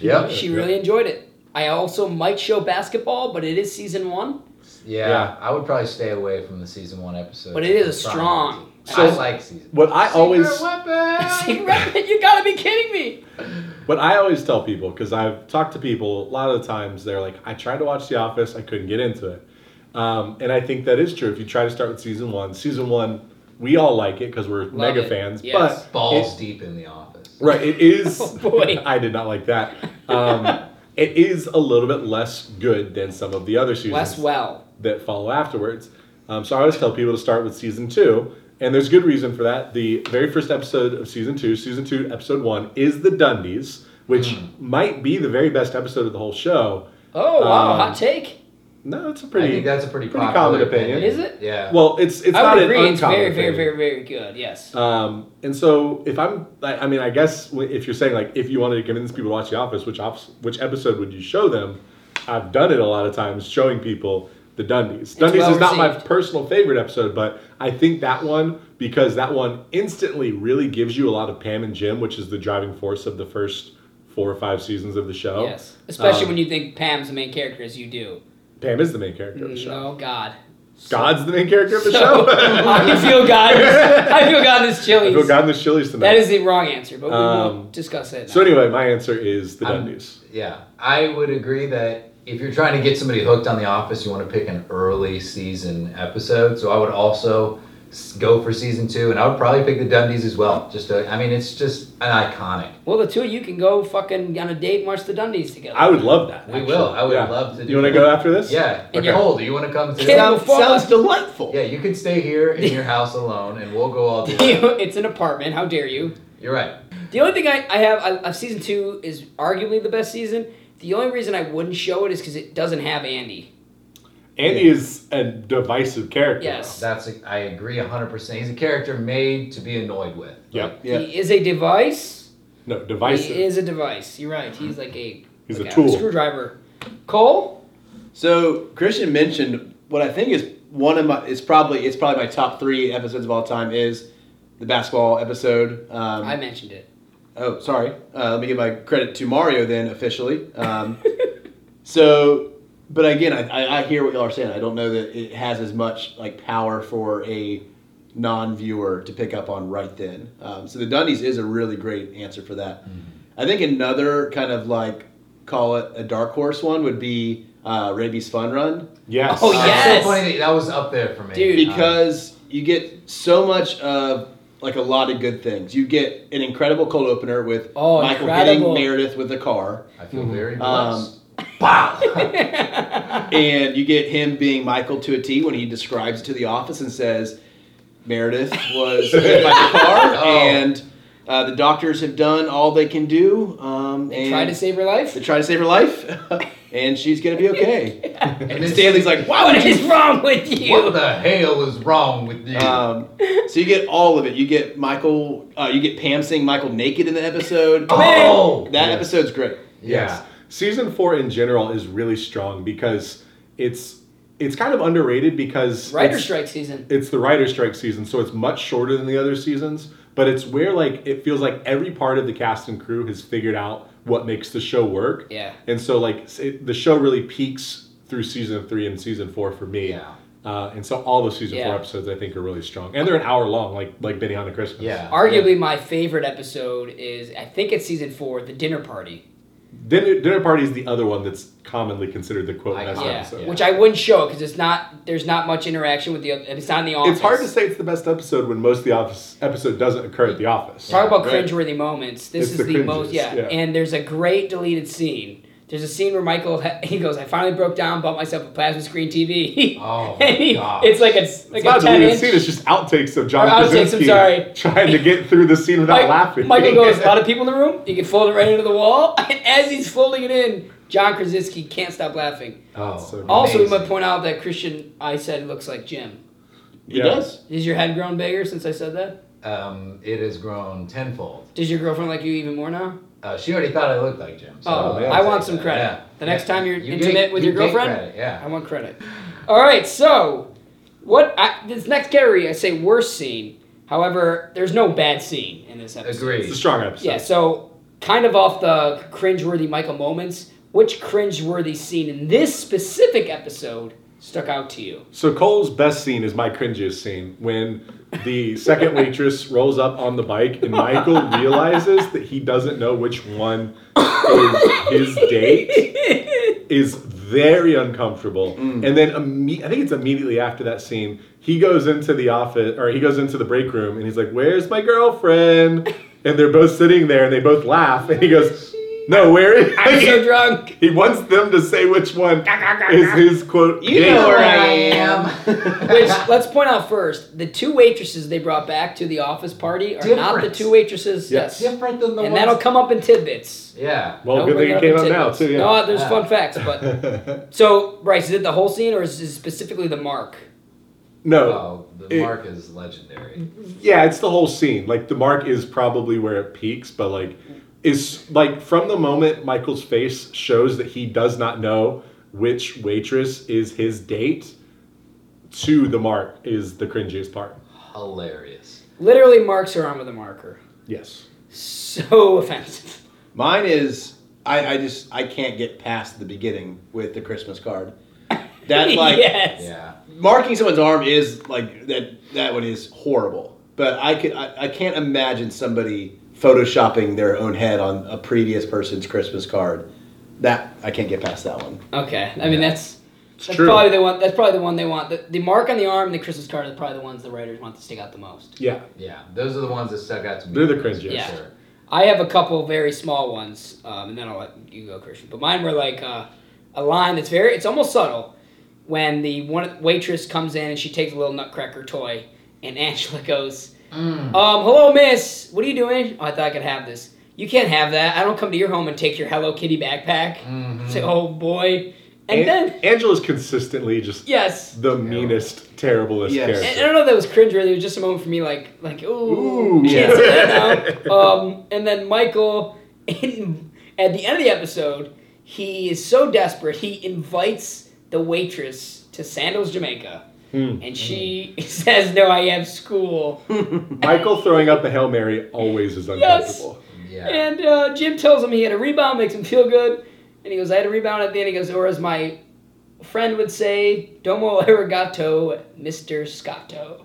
yep.
She
Yeah.
really enjoyed it. I also might show basketball, but it is season one.
Yeah,
Yeah.
I would probably stay away from the season one episode.
But it is a
Sorry.
strong.
I
So-
like season.
what I always
Secret weapon.
Secret- you gotta be kidding me.
What I always tell people, because I've talked to people a lot of the times, they're like, I tried to watch The Office, I couldn't get into it. Um, and I think that is true. If you try to start with season one, season one, we all like it because we're mega
it.
fans.
Yes.
But
Balls deep in the office.
Right, it is.
Oh, boy.
I did not like that. Um, it is a little bit less good than some of the other seasons
Less well.
that follow afterwards. Um, so I always tell people to start with season two, and there's good reason for that. The very first episode of season two, season two, episode one, is the Dundies, which
Hmm.
might be the very best episode of the whole show.
Oh wow,
Um,
hot take.
No, it's a pretty.
I think that's a pretty,
pretty
popular
common opinion.
Is it?
Yeah.
well, it's it's
I
not
would
an
agree.
uncommon
It's very, very,
opinion.
very, very good. Yes.
Um, and so if I'm, I, I mean, I guess w- if you're saying like if you wanted to convince people to watch The Office, which ops, which episode would you show them? I've done it a lot of times, showing people the Dundies. Dundies
well
is not my
received.
personal favorite episode, but I think that one because that one instantly really gives you a lot of Pam and Jim, which is the driving force of the first four or five seasons of the show.
yes. Especially
um,
when you think Pam's the main character, as you do.
Pam is the main character of the show.
Oh God.
God's the main character of the
So,
show.
I can feel God. I feel God in this
I
chilies.
feel God in the Chili's tonight.
That is the wrong answer, but we
Um,
won't discuss it.
so
now.
anyway, my answer is the
I'm-
Dundies.
Yeah, I would agree that if you're trying to get somebody hooked on The Office, you want to pick an early season episode. So I would also s- go for season two, and I would probably pick the Dundies as well. Just, to, I mean, it's just an iconic.
Well, the two of you can go fucking on a date and watch the Dundies together.
I would love that.
We will. I would
Yeah.
love to. Do
You want
to
to go after this?
Yeah.
And
And
you're-
Cole, do you want to come
Kid
to?
Yeah.
Sounds, sounds delightful.
Yeah, you can stay here in your house alone, and we'll go all. do it.
it's an apartment. How dare you?
You're right.
The only thing I, I have, I, I- season two is arguably the best season. The only reason I wouldn't show it is because it doesn't have Andy.
Andy is a divisive character.
Yes.
That's a, I agree 100%. He's a character made to be annoyed with.
though. Yep.
Yeah.
He is a device.
No, divisive.
He is a device. You're right. He's like a
He's
like
a tool.
screwdriver. Cole.
So Christian mentioned what I think is one of my. It's probably it's probably my top three episodes of all time is the basketball episode. Um,
I mentioned it.
Oh, sorry. Uh, let me give my credit to Mario then officially. Um, so, but again, I, I, I hear what y'all are saying. I don't know that it has as much like power for a non-viewer to pick up on right then. Um, so the Dundies is a really great answer for that. I think another kind of like call it a dark horse one would be uh, Rabies Fun Run
Yes.
Oh,
Uh,
yeah.
it's
Yes.
so funny that, that was up there for me.
Dude.
because you get so much of like a lot of good things. You get an incredible cold opener with
Oh,
Michael
incredible.
hitting Meredith with a car.
I feel
Mm-hmm.
very
Um,
blessed.
and you get him being Michael to a T when he describes it to the office and says Meredith was hit by the car
Oh.
and uh, the doctors have done all they can do. Um,
They
and
tried to save her life.
they tried to save her life, and she's gonna be okay.
and
And
then
Stanley's like, "Why
What
would
is
you?"
wrong with
what
you?
the hell is wrong with you?
Um, so you get all of it. You get Michael. Uh, you get Pam seeing Michael naked in the episode.
oh,
that episode's great.
yeah.
Season four in general is really strong because it's it's kind of underrated because
Writer
it's-
strike season.
it's the writer strike season, so it's much shorter than the other seasons. But it's where like it feels like every part of the cast and crew has figured out what makes the show work.
Yeah.
And so like s- it, the show really peaks through season three and season four for me.
Yeah.
Uh, and so all the season
Yeah.
four episodes I think are really strong, and they're an hour long, like like Benihana Christmas.
Yeah.
Arguably, my favorite episode is I think it's season four, the dinner party.
Dinner, dinner party is the other one that's commonly considered the quote
I-
best
yeah.
Yeah,
episode.
which I wouldn't show because it's not. There's not much interaction with the. oth- It's not in the office.
It's hard to say it's the best episode when most of the office episode doesn't occur at the office.
Talk about
right.
cringeworthy moments. This
It's
is
the
the, most.
cringiest,
Yeah.
yeah.
and there's a great deleted scene. There's a scene where Michael ha- he goes, "I finally broke down, bought myself a plasma screen TV."
Oh,
And he-
gosh.
it's like a it's like
It's not
a
a
ten
deleted
inch.
scene. It's just outtakes of John
Or outtakes, I'm
Krasinski
sorry.
trying to get through the scene without
Mike-
laughing.
Michael goes, a lot of people in the room. You can fold it right into the wall. And as he's folding it in, John Krasinski can't stop laughing.
Oh,
So
Also, we
amazing.
might point out that Christian, I said, looks like Jim.
He
Yeah.
does.
Is your head grown bigger since I said that?
um, it has grown tenfold.
Does your girlfriend like you even more now?
Uh, she already thought I looked like Jim. So
Oh,
man.
I
I'll
want
take
some
that.
credit.
Yeah.
The next time you're
You
intimate
get-
with
you
your
get
girlfriend,
credit, yeah.
I want credit. All right, so what? I, this next category, I say worst scene. However, there's no bad scene in this episode.
Agreed.
It's a strong episode.
Yeah, so kind of off the cringeworthy Michael moments, which cringeworthy scene in this specific episode stuck out to you?
So Cole's best scene is my cringiest scene when the second waitress rolls up on the bike and Michael realizes that he doesn't know which one is his date is very uncomfortable.
Mm.
And then imme- I think it's immediately after that scene, he goes into the office or he goes into the break room and he's like, "Where's my girlfriend?" And they're both sitting there and they both laugh and he goes, "No, where is
I'm so drunk.
He wants them to say which one is his quote.
You
date.
know where I
Which let's point out first, the two waitresses they brought back to the office party are not the
Different.
two waitresses.
Yes.
Different than the
and
ones-
that'll come up in tidbits.
Yeah.
Well,
That'll
good
bring
thing it
up
came
in
up now
tidbits.
too. Yeah. Ah.
No, there's
Yeah.
fun facts, but so Bryce, is it the whole scene or is it specifically the mark?
no.
Oh, the
It-
mark is legendary.
Yeah, it's the whole scene. Like the mark is probably where it peaks, but like is like from the moment Michael's face shows that he does not know which waitress is his date to the mark is the cringiest part.
Hilarious.
Literally marks her arm with a marker.
Yes.
So offensive.
Mine is I, I just I can't get past the beginning with the Christmas card. That like
yes.
Yeah.
marking someone's arm is like that that one is horrible. But I could I, I can't imagine somebody photoshopping their own head on a previous person's Christmas card. That I can't get past that one.
Okay, I mean that's that's
true.
probably the one. That's probably the one they want. The, the mark on the arm, and the Christmas card are probably the ones the writers want to stick out the most.
Yeah.
Yeah. Those are the ones that stuck out to me.
They're the cringiest.
Yeah.
Sure.
I have a couple very small ones, um, and then I'll let you go, Christian. But mine were like uh, a line that's very. It's almost subtle. When the one waitress comes in and she takes a little nutcracker toy, and Angela goes, um, "Hello, Miss. What are you doing? Oh, I thought I could have this. You can't have that. I don't come to your home and take your Hello Kitty backpack. Say, oh boy, and
An-
then
Angela's consistently just
yes,
the meanest, terriblest
Yes.
character.
And I don't know if that was cringe or it was just a moment for me like like ooh,
Ooh.
can't
Yeah.
say that now. Um, and then Michael in, at the end of the episode, he is so desperate he invites the waitress to Sandals Jamaica. And she says, "No, I have school."
Michael throwing up a Hail Mary always is uncomfortable.
Yeah.
And uh, Jim tells him he had a rebound, makes him feel good. And he goes, "I had a rebound at the end." He goes, "Or as my friend would say, Domo arigato, Mr. Scotto.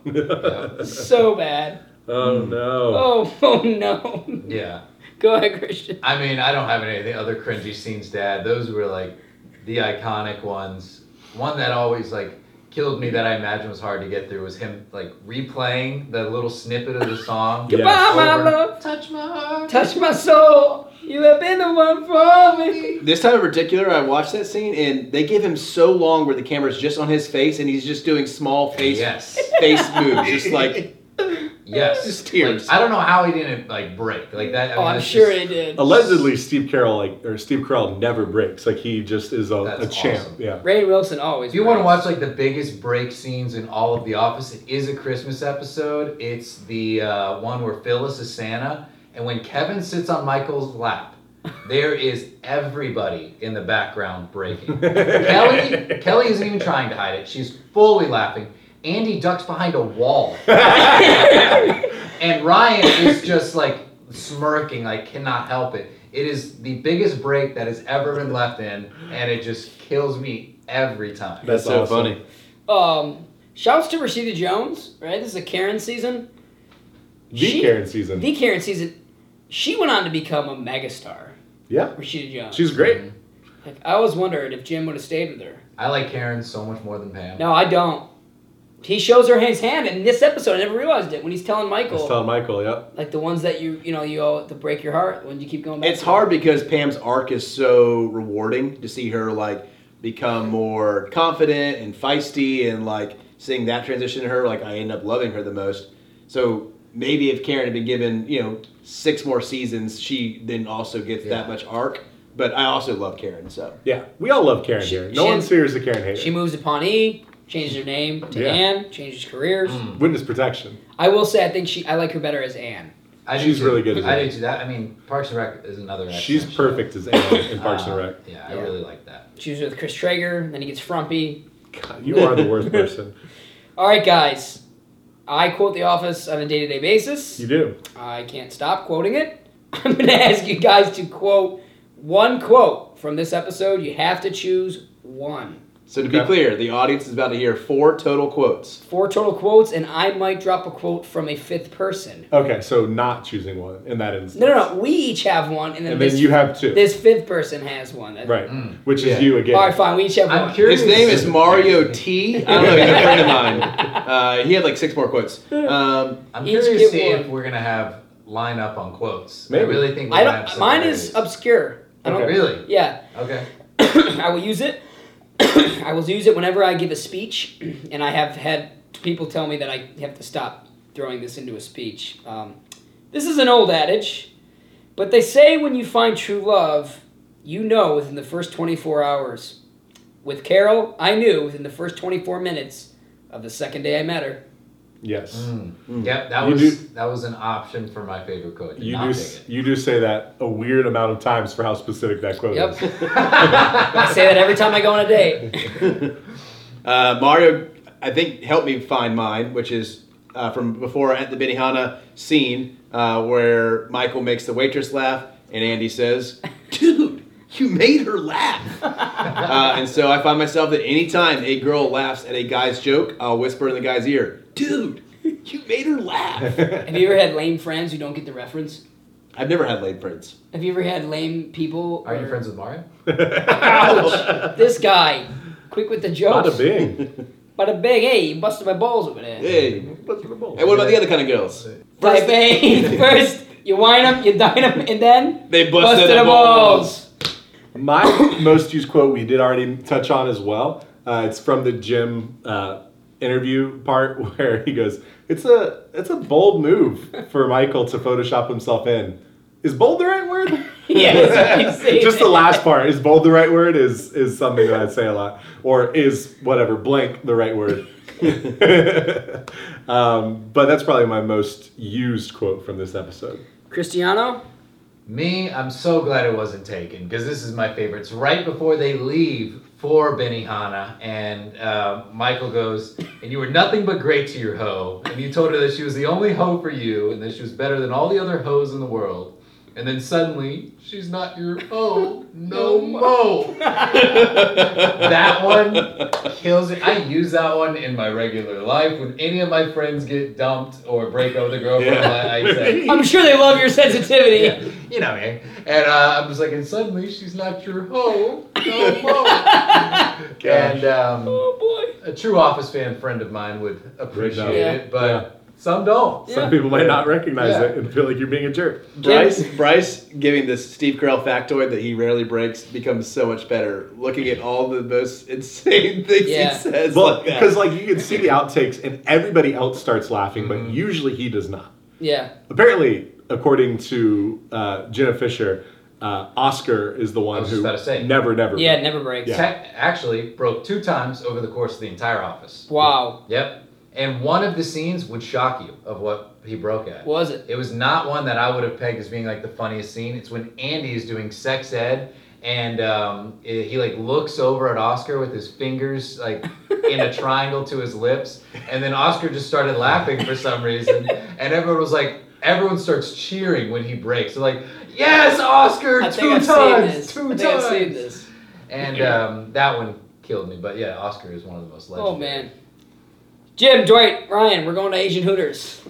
so bad.
Oh no.
Oh, oh no.
Yeah.
Go ahead, Christian.
I mean, I don't have any other cringy scenes, Dad. Those were like the iconic ones. One that always like killed me that I imagine was hard to get through was him like replaying the little snippet of the song.
Yeah.
Bye,
Over-
mama.
Touch my heart.
Touch my soul. You have been the one for me.
This time in particular, I watched that scene, and they give him so long where the camera's just on his face, and he's just doing small face
Yes.
face moves, just like
Yes.
Just tears.
Like, I don't know how he didn't like break like that. I
Oh,
mean,
I'm
it's
sure
just-
it did.
Allegedly, Steve Carroll like or Steve Carell never breaks. Like he just is a, a
That's
champ.
awesome.
Yeah.
Ray Wilson always.
If you want to
writes.
watch like the biggest break scenes in all of The Office, it is a Christmas episode. It's the uh, one where Phyllis is Santa, and when Kevin sits on Michael's lap, there is everybody in the background breaking. Kelly, Kelly isn't even trying to hide it; she's fully laughing. Andy ducks behind a wall, and Ryan is just like smirking, like cannot help it. It is the biggest break that has ever been left in, and it just kills me every time.
That's
so
awesome.
funny.
Um, shouts to Rashida Jones, right? This is a Karen season.
The
She-
Karen season.
The Karen season. She went on to become a megastar,
yeah.
Rashida Jones.
She's great.
Like, I always wondered if Jim would have stayed with her.
I like Karen so much more than Pam.
No, I don't. He shows her his hand in this episode. I never realized it when he's telling Michael,
Let's tell Michael. Yeah.
like the ones that you you know you all to break your heart when you keep going back.
It's
to
hard because Pam's arc is so rewarding to see her like become more confident and feisty, and like seeing that transition in her, like I end up loving her the most. So maybe if Karen had been given, you know, six more seasons, she then also gets
Yeah.
that much arc. But I also love Karen, so
Yeah. We all love Karen
She-
here. No
she-
one's here is a Karen hater.
She moves to Pawnee, changes her name to
Yeah. Hmm.
Anne, changes careers.
Witness protection.
I will say I think she I like her better as Anne.
I do
She's
too.
really good at
I
it.
do too. That I mean, Parks and Rec is another. excellent
She's
show.
perfect as Anne in Parks and
Ah.
Uh,
Rec.
Yeah,
Yeah.
I really like that.
She was with Chris Traeger, then he gets frumpy.
God, you are the worst person.
All right, guys. I quote The Office on a day to day basis.
You do.
I can't stop quoting it. I'm going to ask you guys to quote one quote from this episode. You have to choose one.
So to be
Okay.
clear, the audience is about to hear four total quotes.
Four total quotes, and I might drop a quote from a fifth person.
Okay, so not choosing one in that instance.
No, no, no. We each have one, and then,
And then
this,
you have two.
this fifth person has one.
right.
Mm.
Which is
Yeah.
you again.
All right, fine. We each have
I'm
one.
curious.
His name is Mario T. I don't know, he's a friend of mine. Uh, he had like six more quotes. Um,
I'm
Each
curious to
get
see if
one.
we're gonna have line up on quotes. I
Maybe.
really think we're
I
gonna have
don't.
some
Mine is
variety.
obscure. I don't.
Okay.
really
Yeah.
okay.
I will use it. I will use it whenever I give a speech, and I have had people tell me that I have to stop throwing this into a speech. Um, this is an old adage, but they say when you find true love, you know within the first 24 hours. With Carol, I knew within the first 24 minutes of the second day I met her.
Yes.
Mm.
Yep, that
Hmm. You
was
do-
that was an option for my favorite quote. Did
You
not
do,
pick
s-
it.
you do say that a weird amount of times for how specific that quote
Yep.
is.
I say that every time I go on a date.
uh, Mario, I think, helped me find mine, which is uh, from before at the Benihana scene uh, where Michael makes the waitress laugh and Andy says, Dude, you made her laugh. uh, and so I find myself that anytime a girl laughs at a guy's joke, I'll whisper in the guy's ear, Dude, you made her laugh.
Have you ever had lame friends who don't get the reference?
I've never had late friends.
Have you ever had lame people?
Are you
where-
friends with Mario?
This guy, quick with the jokes.
Bada bing.
Bada big, hey, you busted my balls over there.
Hey. Hey, what about the other kind of girls?
Type A, first, you wine them, you dine them, and then
They busted,
busted
the
the
balls.
balls.
My most used quote we did already touch on as well. Uh, it's from the Jim uh, interview part where he goes, "It's a it's a bold move for Michael to Photoshop himself in." Is bold the right word?
Yeah, that's what you say.
Just the last part. Is bold the right word? Is is something that I'd say a lot, or is whatever blank the right word? um, but that's probably my most used quote from this episode.
Cristiano,
Me, I'm so glad it wasn't taken because this is my favorite. It's right before they leave for Benihana, and uh, Michael goes, "And you were nothing but great to your hoe, and you told her that she was the only hoe for you, and that she was better than all the other hoes in the world." And And then suddenly, she's not your oh no mo. that one kills it. I use that one in my regular life. When any of my friends get dumped or break up with a girlfriend,
Yeah.
I, I say,
I'm sure they love your sensitivity.
yeah, you know me. And uh, I'm just like, and suddenly she's not your hoe, no mo. and um,
Oh boy.
a true Office fan friend of mine would appreciate
Yeah.
it, but some don't.
Some people might not recognize
Yeah.
it and feel like you're being a jerk.
Bryce, Bryce giving this Steve Carell factoid that he rarely breaks becomes so much better. Looking at all the most insane things
Yeah.
he says,
Well,
like that.
because like you can see the outtakes and everybody else starts laughing,
Mm-hmm.
but usually he does not.
Yeah.
Apparently, according to uh, Jenna Fisher, uh, Oscar is the
I
one
was
who
just about to say.
never, never.
Yeah, it never breaks.
Yeah.
Tech actually broke two times over the course of the entire Office.
Wow.
Yep. And one of the scenes would shock you of what he broke at.
Was it?
It was not one that I would have pegged as being like the funniest scene. It's when Andy is doing sex ed and um, i- he like looks over at Oscar with his fingers like in a triangle to his lips, and then Oscar just started laughing for some reason, and everyone was like. Everyone starts cheering when he breaks. They're like, "Yes, Oscar,
I
2
think I've
times,
seen this.
two
I think
times."
I've seen this.
And um, that one killed me. But yeah, Oscar is one of the most legendary.
Oh man. Jim, Dwight, Ryan, we're going to Asian Hooters.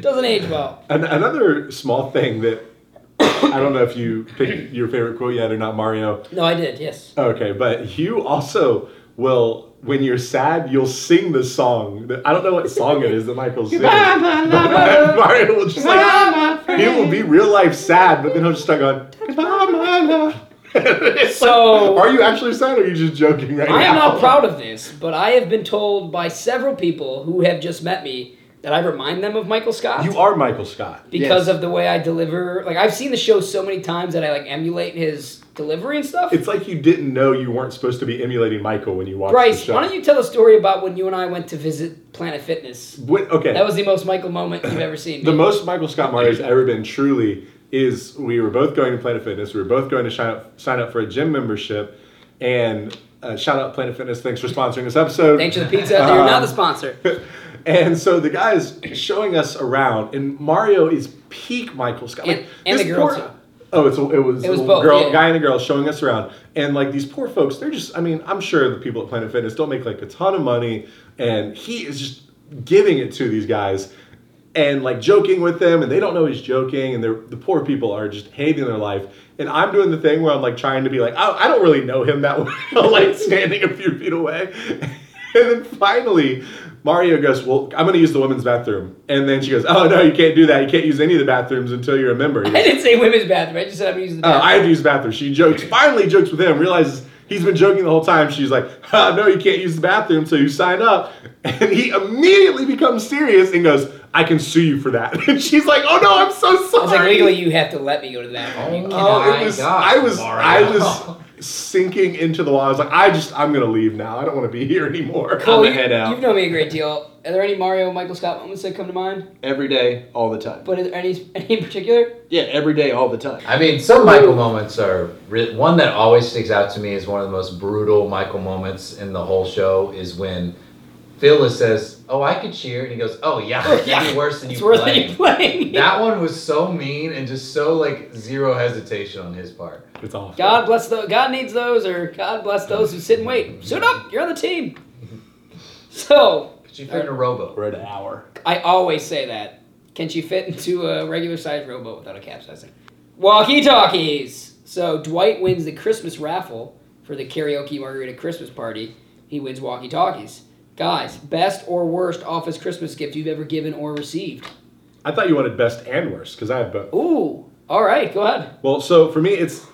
Doesn't age well.
An- another small thing that I don't know if you picked your favorite quote yet or not, Mario.
No, I did. Yes.
Okay, but you also will, when you're sad, you'll sing the song. I don't know what song it is that Michael sings. but Mario will just like, he will be real life sad, but then he'll just start going, "Goodbye, my love." It's like,
So-
are you actually sad or are you just joking right
I
now?
am not proud of this, but I have been told by several people who have just met me that I remind them of Michael Scott.
You are Michael Scott.
because
Yes.
of the way I deliver. Like I've seen the show so many times that I like emulate his delivery and stuff.
It's like you didn't know you weren't supposed to be emulating Michael when you watched the
Bryce,
show.
why don't you tell a story about when you and I went to visit Planet Fitness?
What- okay.
That was the most Michael moment you've ever seen.
The
me.
most Michael Scott Mario's ever been truly is we were both going to Planet Fitness. We were both going to sign up, sign up for a gym membership. And uh, shout out Planet Fitness. Thanks for sponsoring this episode.
Thanks to the pizza. Hut,
Uh,
You're now the sponsor.
And so the guy is showing us around, and Mario is peak Michael Scott.
And- and
this
the girl,
poor-
too.
Oh, it's a, it was
It was
a
both,
girl,
yeah.
guy and a girl showing us around, and like these poor folks, they're just. I mean, I'm sure the people at Planet Fitness don't make like a ton of money, and he is just giving it to these guys, and like joking with them, and they don't know he's joking, and they're the poor people are just hating their life. And I'm doing the thing where I'm like trying to be like, "Oh, I, I don't really know him that well, like standing a few feet away. And then finally, Mario goes, Well, I'm going to use the women's bathroom. And then she goes, Oh, no, you can't do that. You can't use any of the bathrooms until you're a member. He
I
goes,
didn't say women's bathroom. I just said I'm using the
"Uh,
bathroom.
I have to use the bathroom. She jokes, finally jokes with him, realizes he's been joking the whole time. She's like, "Ah, No, you can't use the bathroom, so you sign up. And he immediately becomes serious and goes, I can sue you for that. And she's like, Oh, no, I'm so sorry.
I was like, legally, you have to let me go to the bathroom. You
Oh,
cannot.
my
it was,
gosh,
I was,
Mario.
I was sinking into the wall. I was like, I just, I'm going to leave now. I don't want to be here anymore.
Cole,
gonna
you,
head out.
You've known me a great deal. Are there any Mario, Michael Scott moments that come to mind?
every day, all the time.
But is there any any in particular?
Yeah, every day, all the time.
I mean, some Michael moments are re- one that always sticks out to me is one of the most brutal Michael moments in the whole show is when Phyllis says, "Oh, I could cheer," and he goes, "Oh yeah, that'd be worse than you
It's worth
playing."
you playing.
That one was so mean and just so like zero hesitation on his part.
It's awful.
God bless those. God needs those, or God bless those who sit and wait. Suit up. You're on the team. So
But you fit in a rowboat.
We're at an hour.
I always say that. Can she fit into a regular sized rowboat without a capsizing? Walkie talkies. So Dwight wins the Christmas raffle for the karaoke margarita Christmas party. He wins walkie talkies. Guys, best or worst office Christmas gift you've ever given or received?
I thought you wanted best and worst because I have both.
Ooh. All right. Go ahead.
Well, so for me, it's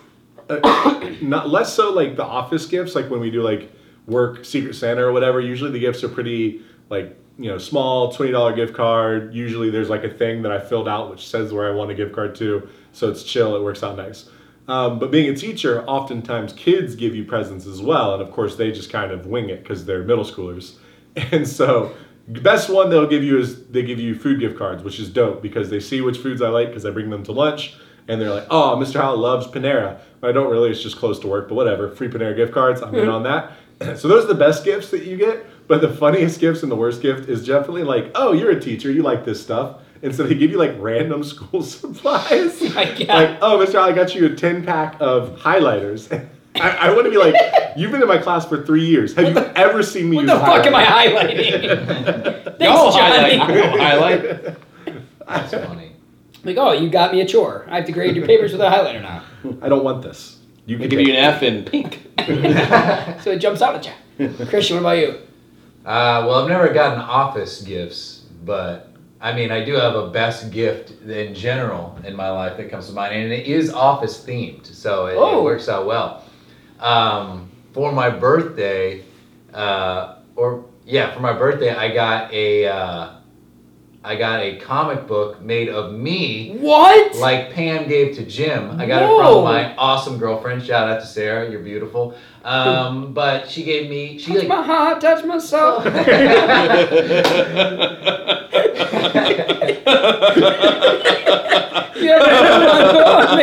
uh, not less so like the office gifts, like when we do like work Secret Santa or whatever. Usually the gifts are pretty like you know small twenty dollar gift card. Usually there's like a thing that I filled out which says where I want a gift card to, so it's chill. It works out nice. Um, but being a teacher, oftentimes kids give you presents as well, and of course they just kind of wing it because they're middle schoolers. And so, best one they'll give you is they give you food gift cards, which is dope because they see which foods I like because I bring them to lunch, and they're like, "Oh, Mr. Howell loves Panera." But I don't really; it's just close to work, but whatever. Free Panera gift cards, I'm
Mm-hmm.
in on that. so those are the best gifts that you get. But the funniest gifts and the worst gift is definitely like, "Oh, you're a teacher, you like this stuff." And so they give you like random school supplies.
my God.
Like, oh, Mr. Al, I got you a 10 pack of highlighters. I, I want to be like, you've been in my class for three years. Have you ever seen me
What
use
the
a
fuck am I
highlighter?"
highlighting? Thanks,
I'll
Johnny.
highlight. I'll highlight.
That's funny.
Like, oh, you got me a chore. I have to grade your papers with a highlighter now.
I don't want this. You
I
can
give
take
you an F in pink.
So it jumps out at you. Christian, what about you?
Uh, well, I've never gotten office gifts, but I mean, I do have a best gift in general in my life that comes to mind, and it is office themed, so it,
Oh.
it works out well. Um, for my birthday, uh, or yeah, for my birthday, I got a uh, I got a comic book made of me
What?
like Pam gave to Jim. I got it
Whoa.
from my awesome girlfriend. Shout out to Sarah, you're beautiful. Um, but she gave me she
touch my
like
heart, touch my soul. You're the one for me.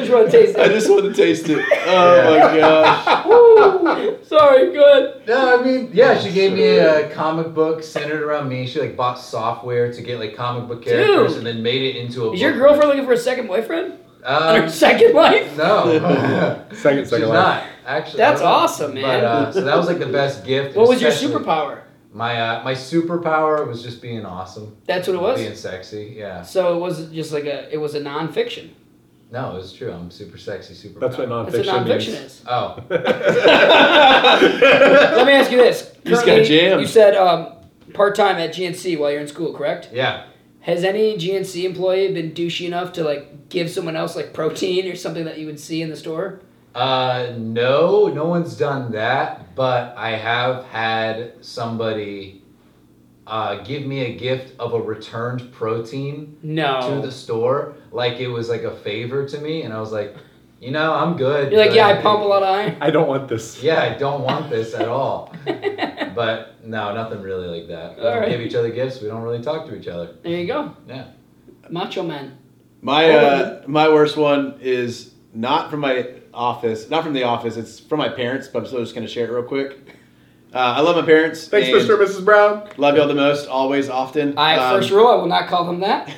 I just want to taste
I
it.
just want to taste it. Oh my gosh.
Woo. Sorry, good.
no, I mean yeah, she gave me a comic book centered around me. She like bought software to get like comic book characters
Dude.
and then made it into a.
Is your
book.
girlfriend looking for a second boyfriend? On her
Um,
second life?
no,
it. Second,
she's
second life.
not actually.
That's
I don't know.
awesome, man.
But uh, so that was like the best gift.
what was your
especially-
superpower?
My uh, my superpower was just being awesome,
That's what it
being
was.
sexy. Yeah.
So it wasn't just like a. It was a nonfiction.
No, it's true. I'm super sexy, super.
That's what
powered.
That's what nonfiction
nonfiction, means.
is.
Oh,
Let me ask you this.
You just got
Currently,
jammed.
You said um, part time at GNC while you're in school, correct?
yeah.
Has any GNC employee been douchey enough to like give someone else like protein or something that you would see in the store?
Uh, no, no one's done that, but I have had somebody uh, give me a gift of a returned protein
No.
to the store, like it was like a favor to me, and I was like, you know, I'm good.
you're like,
but
yeah, I pump a lot of iron.
I don't want this.
Yeah, I don't want this at all. but no, nothing really like that. We
All
don't
right.
give each other gifts. We don't really talk to each other.
There you go,
Yeah.
macho man.
My uh, my worst one is not from my office, not from the office. It's from my parents, but I'm still just gonna share it real quick. Uh, I love my parents.
Thanks,
and
Mr. and Mrs. Brown.
Love y'all the most, always, often.
I
Um,
first rule, I will not call them that.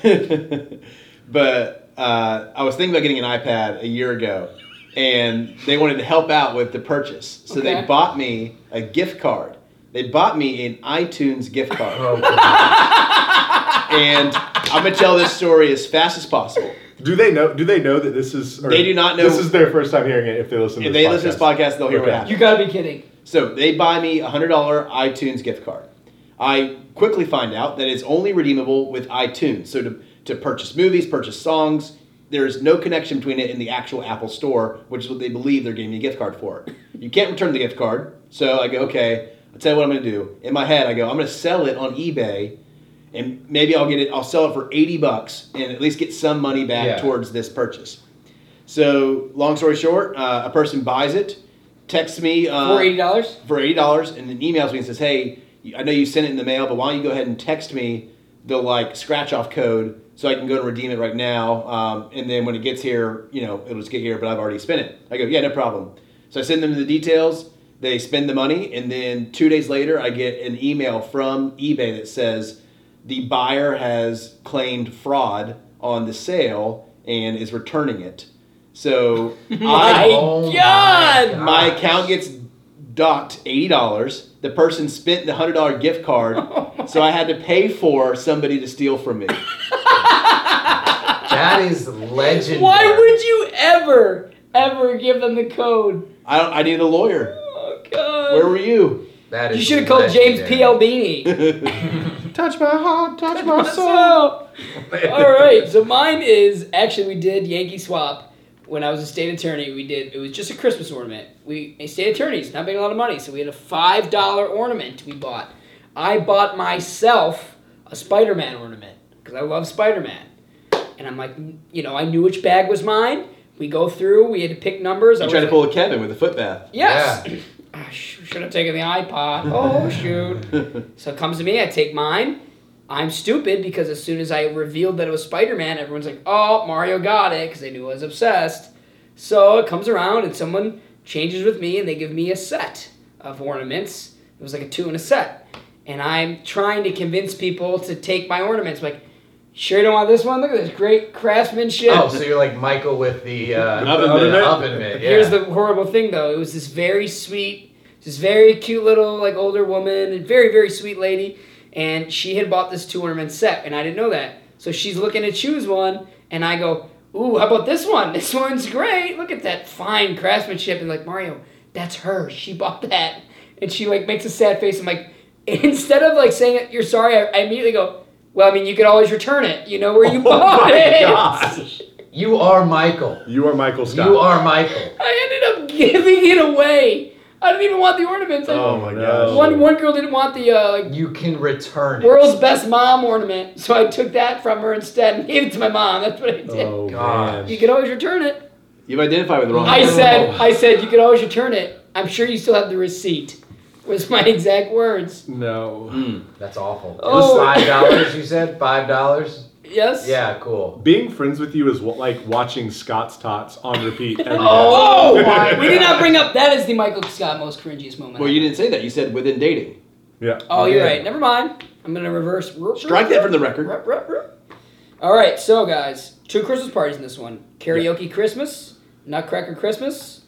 but uh, I was thinking about getting an iPad a year ago, and they wanted to help out with the purchase, so they
Okay.
bought me a gift card. They bought me an iTunes gift card.
Oh,
and I'm gonna tell this story as fast as possible.
Do they know? Do they know that this is? Or
They do not know-
This is their first time hearing it. If they listen, to
If
this
they
podcast.
listen to this podcast, they'll hear what
Okay.
happened.
You gotta be kidding.
So they buy me a hundred dollar iTunes gift card. I quickly find out that it's only redeemable with iTunes. So to, to purchase movies, purchase songs, there is no connection between it and the actual Apple store, which is what they believe they're giving me a gift card for. You can't return the gift card. So I go, okay, I'll tell you what I'm gonna do. In my head, I go, I'm gonna sell it on eBay and maybe I'll get it I'll sell it for 80 bucks and at least get some money back
Yeah.
towards this purchase. So long story short, uh, a person buys it, texts me uh,
For eighty dollars.
for eighty dollars, and then emails me and says, "Hey, I know you sent it in the mail, but why don't you go ahead and text me the like scratch off code so I can go and redeem it right now? Um, and then when it gets here, you know, it'll just get here, but I've already spent it." I go, "Yeah, no problem." So I send them the details. They spend the money, and then two days later, I get an email from eBay that says the buyer has claimed fraud on the sale and is returning it. So I
My God!
my
gosh.
account gets docked eighty dollars. The person spent the hundred dollar gift card,
Oh
so I had to pay for somebody to steal from me.
That is legendary.
Why would you ever, ever give them the code?
I don't, I need a lawyer.
Oh God.
Where were you?
That is
You should have called James
legendary.
P. Albini.
Touch my heart, touch my
So, all right. So mine is actually we did Yankee swap when I was a state attorney. We did it was just a Christmas ornament. We a state attorneys not making a lot of money, so we had a five dollar ornament we bought. I bought myself a Spider Man ornament because I love Spider Man, and I'm like, you know, I knew which bag was mine. We go through. We had to pick numbers. I
I tried
was
to
like,
pull a Kevin with a foot bath.
Yes. Ah, sh- Should have taken the iPod. Oh shoot! so it comes to me. I take mine. I'm stupid because as soon as I revealed that it was Spider Man, everyone's like, "Oh, Mario got it," because they knew I was obsessed. So it comes around and someone changes with me, and they give me a set of ornaments. It was like a two and a set. And I'm trying to convince people to take my ornaments. Like, sure you don't want this one? Look at this great craftsmanship.
Oh, so you're like Michael with the uh,
Oven mitt.
oven mitt, yeah.
Here's the horrible thing, though. It was this very sweet, this very cute little like older woman, and very very sweet lady, and she had bought this two ornament set, and I didn't know that. So she's looking to choose one, and I go, "Ooh, how about this one? This one's great. Look at that fine craftsmanship." And like Mario, that's her. She bought that, and she like makes a sad face. I'm like, instead of like saying you're sorry, I, I immediately go. Well, I mean, you could always return it. You know where you bought
Oh my
it.
gosh.
You are Michael.
You are Michael Scott.
You are Michael.
I ended up giving it away. I didn't even want the ornaments. I-
Oh my
No.
gosh.
One one girl didn't want the uh, like,
You can return it.
world's best mom ornament, so I took that from her instead and gave it to my mom. That's what I did.
Oh
Gosh.
You
man.
could always return it.
You've identified with the wrong
I
person.
said, I said you could always return it. I'm sure you still have the receipt. Was my exact words.
No.
That's awful. It
Oh.
was five dollars. You said five dollars.
Yes.
Yeah, cool.
Being friends with you is wa- like watching Scott's tots on repeat. Every day.
Oh, my. we did not bring up that is the Michael Scott most cringiest moment.
Well, you didn't say that. You said within dating.
Yeah.
Oh, you're
Yeah.
right. Never mind. I'm gonna reverse.
Strike that from the record.
Rup, rup, rup. All right, so guys, two Christmas parties in this one: karaoke Christmas, Nutcracker Christmas.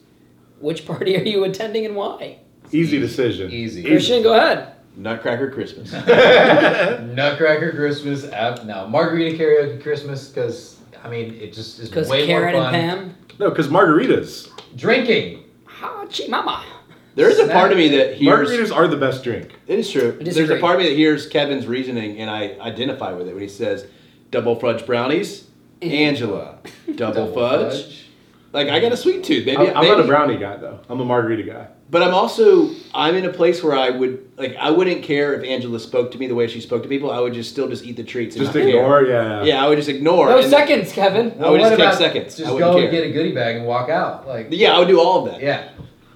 Which party are you attending and why?
Easy decision.
Easy.
Christian, go ahead.
Nutcracker Christmas.
Nutcracker Christmas. Uh, no, margarita karaoke Christmas because I mean it just is
Because
way
Karen
more
and
fun.
Pam,
No, because margaritas.
Drinking.
ha, gee, mama.
There is a part of me that hears.
Margaritas are the best drink.
It is true.
I
There's
disagree.
a part of me that hears Kevin's reasoning, and I identify with it when he says, "Double fudge brownies, Angela,
Oh,
double, fudge. Like I got a sweet tooth, baby.
I'm, I'm not a
Oh, Maybe-
brownie guy though. I'm a margarita guy.
But I'm also I'm in a place where I would like I wouldn't care if Angela spoke to me the way she spoke to people. I would just still just eat the treats. And
Just
not
ignore.
Care.
Yeah.
Yeah, I would just ignore.
No
and-
seconds, Kevin.
I would
What
just take
about
seconds. I
Just
wouldn't
go and
care.
get a goodie bag and walk out. Like
Yeah, I would do all of that.
yeah.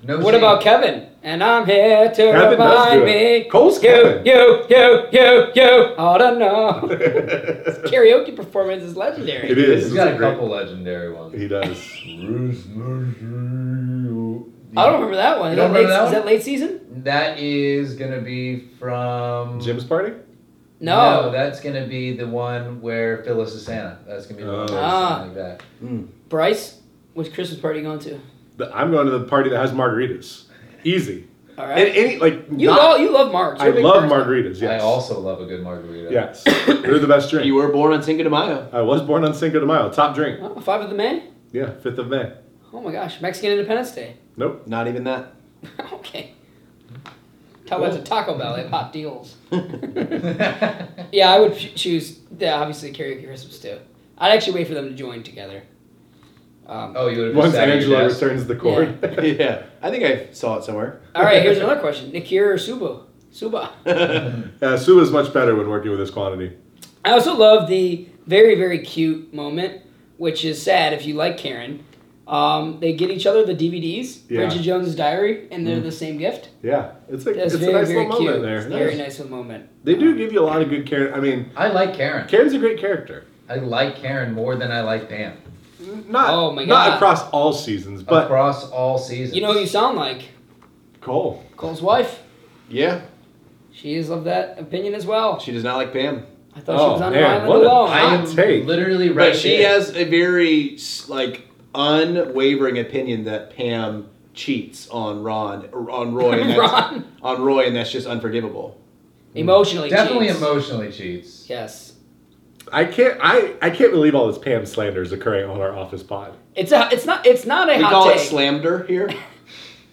No.
What
shame.
about Kevin? And I'm here to
does
remind
do
me.
it. Cole's
you,
Kevin.
you, you, you, you. Ought to know. His karaoke performance is legendary.
It is.
He's
It's
got
a
a
great-
couple legendary ones.
He does.
I don't remember that one. Is
You
that,
don't
late,
remember that
is
one?
that late season?
That is gonna be from
Jim's party.
No.
that's gonna be the one where Phyllis is Santa. That's gonna be
Oh.
the one where
Ah.
something like that.
Bryce, which Christmas party are you going to?
The- I'm going to the party that has margaritas. Easy.
All
And
right.
any like
You
not-
love you love Marge.
I
You're a big
love
Marge guy.
margaritas. Yes.
I also love a good margarita.
Yes. They're the best drink.
You were born on Cinco de Mayo.
I was born on Cinco de Mayo. Top drink.
Oh, Five of the May.
Yeah. Fifth of May.
Oh my gosh, Mexican Independence Day.
Nope.
Not even that.
okay. Talk about the Taco Bell. They have hot deals.
Yeah.
Yeah, I would ch- choose. Yeah, obviously karaoke Christmas too. I'd actually wait for them to join together. Um,
oh, you would have
Once
sat at your
Angela
desk.
returns the cord.
yeah, I think I saw it somewhere.
All right, here's another question: Nikir or Suba? Suba.
Uh, Sue is much better when working with this quantity.
I also love the very very cute moment, which is sad if you like Karen. Um, they get each other the DVDs,
Yeah.
Bridget Jones's Diary, and they're the same gift.
Yeah. It's like
That's
it's
very
a nice
very
little
cute.
moment there.
It's a very
Nice.
nice little moment.
They do give you a lot of good care. I mean,
I like Karen.
Karen's a great character.
I like Karen more than I like Pam.
Not
Oh my God.
not across all seasons, but
Across all seasons.
You know who you sound like?
Cole.
Cole's wife.
Yeah,
She is of that opinion as well.
she does not like Pam,
I thought she
Oh,
was on
man,
an island
what a-
alone.
I am
Hot take.
literally right
but she
there.
has a very s- like unwavering opinion that Pam cheats on Ron, or on Roy, and that's,
Ron.
on Roy, and that's just unforgivable.
Emotionally,
definitely
cheats.
emotionally cheats.
Yes,
I can't. I I can't believe all this Pam slander is occurring on our office pod.
it's a. It's not. It's not a
We
hot
call
take.
it slammed here.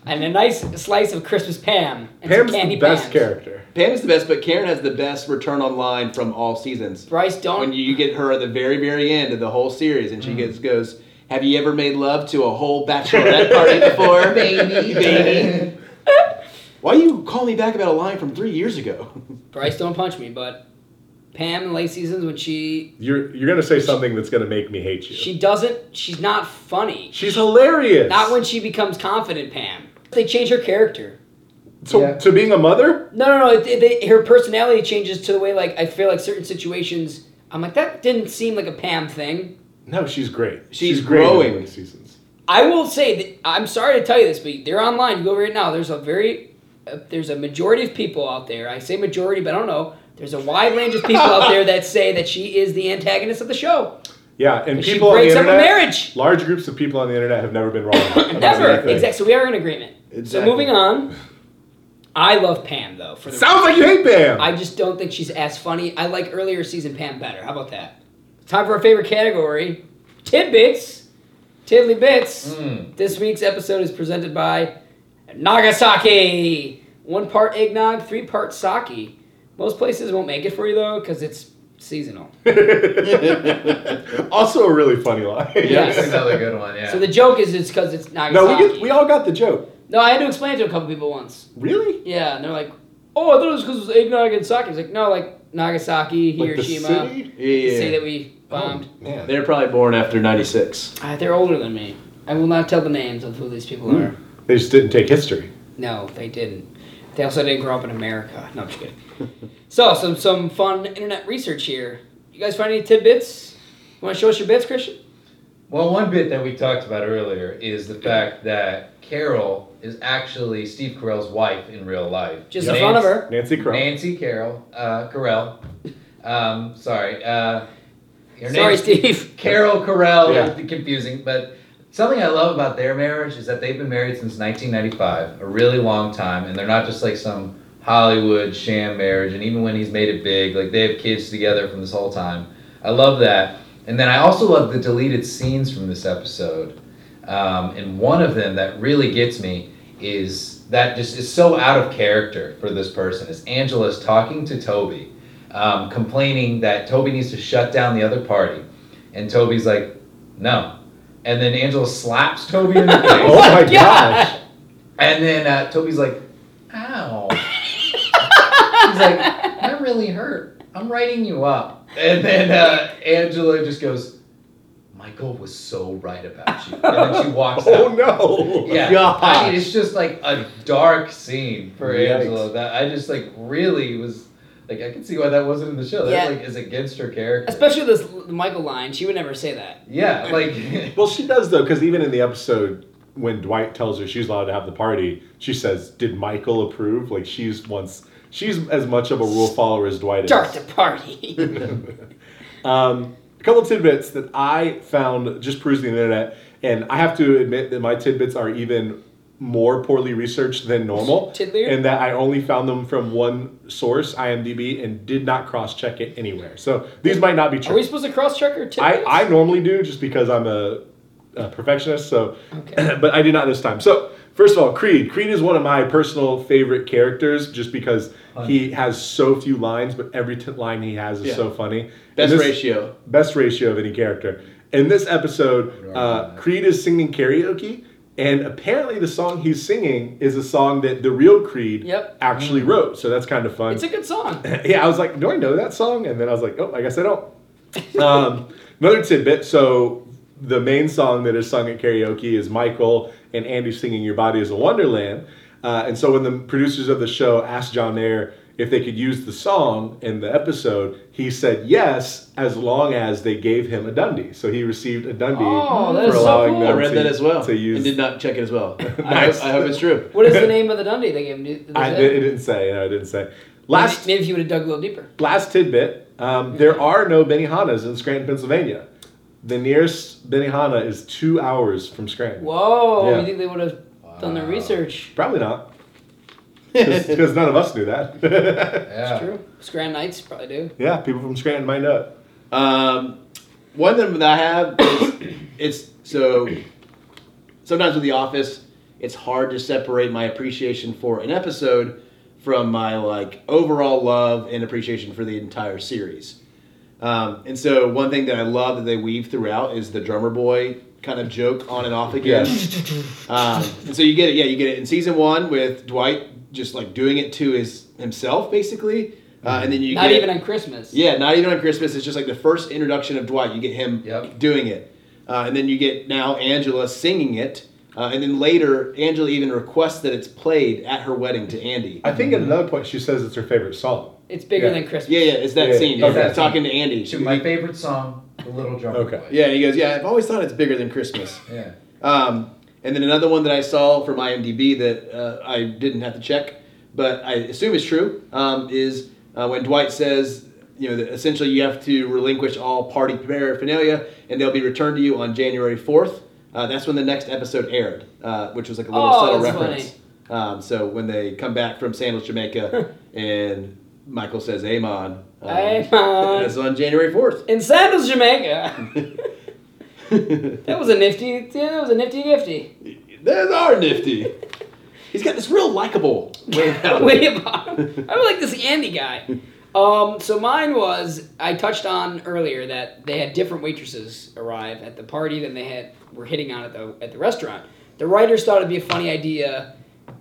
and a nice slice of Christmas Pam. And some
Pam's
candy
the best
Pams.
character.
Pam is the best, but Karen has the best return on line from all seasons.
Bryce, don't.
When you get her at the very, very end of the whole series, and she
Mm.
gets goes, "Have you ever made love to a whole bachelorette party before,
Baby,
baby? Why you call me back about a line from three years ago?"
Bryce, don't punch me. But Pam in late seasons when she
You're you're gonna say something that's gonna make me hate you.
she doesn't. She's not funny.
She's hilarious.
Not when she becomes confident, Pam. They change her character.
to,
Yeah.
to being a mother.
No, no, no. It, it, they, her personality changes to the way like I feel like certain situations. I'm like that didn't seem like a Pam thing.
No, she's great.
She's
great in
growing.
early seasons.
I will say that I'm sorry to tell you this, but they're online. You go right now. There's a very uh, there's a majority of people out there. I say majority, but I don't know. There's a wide range of people out there that say that she is the antagonist of the show.
Yeah, and
She
people on the
breaks up a
internet,
marriage.
large groups of people on the internet have never been wrong. about
Never.
anything.
Exactly. So we are in agreement. So
Exactly.
moving on. I love Pam though. For the
Sounds like you hate Bam.
I just don't think she's as funny. I like earlier season Pam better. How about that? Time for our favorite category tidbits. Tiddly bits.
Hmm.
Mm.
This week's episode is presented by Nagasaki. One part eggnog, three part sake. Most places won't make it for you though, because it's seasonal.
also a really funny line.
Yeah.
That's another good one. Yeah.
So the joke is it's because it's
No,
Nagasaki.
we, get, we all got the joke.
no, I had to explain it to a couple people once.
Really?
Yeah, and they're like, "Oh, I thought it was because it was eggnog and sake." It's like, no, like Nagasaki,
Like the
Hiroshima,
city? Oh.
the
Yeah.
city that we bombed.
Man.
They're probably born after 96.
Uh, they're older than me. I will not tell the names of who these people are.
They just didn't take history.
No, they didn't. They also didn't grow up in America. No, I'm just kidding. so, some some fun internet research here. You guys find any tidbits? You want to show us your bits, Christian?
Well, one bit that we talked about earlier is the fact that Carol is actually Steve Carell's wife in real life.
Just in front of her.
Nancy Crow.
Nancy Carol, uh, Carell. Um, sorry. Uh, her
Sorry,
name's
Steve.
Carol Carell.
Yeah.
it'd be confusing, but something I love about their marriage is that they've been married since 1995, a really long time, and they're not just like some Hollywood sham marriage. And even when he's made it big, like they have kids together from this whole time. I love that. And then I also love the deleted scenes from this episode. Um, and one of them that really gets me is that just is so out of character for this person is Angela's talking to Toby, um, complaining that Toby needs to shut down the other party, and Toby's like, no, and then Angela slaps Toby in the
Oh
face,
my
God.
gosh.
and then uh, Toby's like, ow, he's like, that really hurt. I'm writing you up, and then uh, Angela just goes, Michael was so right about you, and then she walks out.
Oh no.
Yeah, I
God.
mean, it's just like a dark scene for
Yikes.
Angela that I just like really was like I can see why that wasn't in the show. That
Yeah.
like is against her character.
Especially this L- Michael line. She would never say that.
yeah, like
Well, she does though, because even in the episode when Dwight tells her she's allowed to have the party, she says, "Did Michael approve?" Like she's once she's as much of a rule follower as Dwight is.
Start the party.
Um, a couple tidbits that I found just perusing the internet, and I have to admit that my tidbits are even more poorly researched than normal,
Tiddlier?
and that I only found them from one source, IMDb, and did not cross-check it anywhere. So these might not be
Are we
true.
supposed to cross check her tidbits?
I, I normally do just because I'm a, a perfectionist. So,
Okay.
but I did not this time. So first of all, Creed. Creed is one of my personal favorite characters, just because he has so few lines, but every t- line he has is
Yeah.
so funny. And
Best
this-
ratio.
best ratio of any character. In this episode, uh, Creed is singing karaoke, and apparently the song he's singing is a song that the real Creed
Yep. Mm.
actually wrote. So that's kind of fun.
It's a good song.
yeah, I was like, do I know that song? And then I was like, oh, I guess I don't. Um, another tidbit. So the main song that is sung at karaoke is Michael and Andy singing "Your Body Is a Wonderland." Uh, and so when the producers of the show asked John Mayer if they could use the song in the episode, he said yes, as long as they gave him a Dundee. So he received a Dundee.
Oh, that
for
is so
allowing
cool.
them
I read
to-
that as well.
To use,
And did not check it as well.
Nice.
I, I hope it's true.
What is the name of the Dundee they gave him? Is
I,
it-
it didn't say. No, I didn't say. Last
maybe, maybe if you would have dug a little deeper.
Last tidbit: um, there are no Benihanas in Scranton, Pennsylvania. The nearest Benihana is two hours from Scranton.
Whoa!
Yeah.
You think they would have done their
Wow.
research?
Probably not, because none of us knew that.
yeah.
True. Scran Knights probably do.
yeah, people from Scranton might know. it.
Um, one thing that I have is it's so sometimes with The Office, it's hard to separate my appreciation for an episode from my like overall love and appreciation for the entire series. Um, and so one thing that I love that they weave throughout is the drummer boy kind of joke on and off again. Um, and so you get it, yeah, you get it in season one with Dwight just like doing it to his himself basically, uh, and then you
Not
get,
even on Christmas.
yeah, not even on Christmas. It's just like the first introduction of Dwight. You get him
Yep.
doing it. Uh, and then you get now Angela singing it. Uh, and then later, Angela even requests that it's played at her wedding to Andy.
I think at another point she says it's her favorite song.
It's bigger
Yeah.
than Christmas.
Yeah, yeah, it's that
Yeah,
scene.
okay.
It's- It's talking to Andy.
To my favorite song, The Little Drummer
Okay.
Boy.
yeah, and he goes, Yeah, I've always thought it's bigger than Christmas.
Yeah.
Um, and then another one that I saw from IMDb that uh, I didn't have to check but I assume it's true, um, is uh, when Dwight says, you know, that essentially you have to relinquish all party paraphernalia and they'll be returned to you on January 4th. Uh, that's when the next episode aired, uh, which was like a little
Oh,
subtle
that's
reference.
funny.
Um, so when they come back from Sandals, Jamaica, and Michael says, Amon. uh,
Amon.
That's on January 4th.
In Sandals, Jamaica. that was a nifty. Yeah, that was a nifty gifty.
There's our nifty. He's got this real likable way about him.
Way about him. I would like this Andy guy. Um, so mine was I touched on earlier that they had different waitresses arrive at the party than they had were hitting on at the at the restaurant. The writers thought it'd be a funny idea,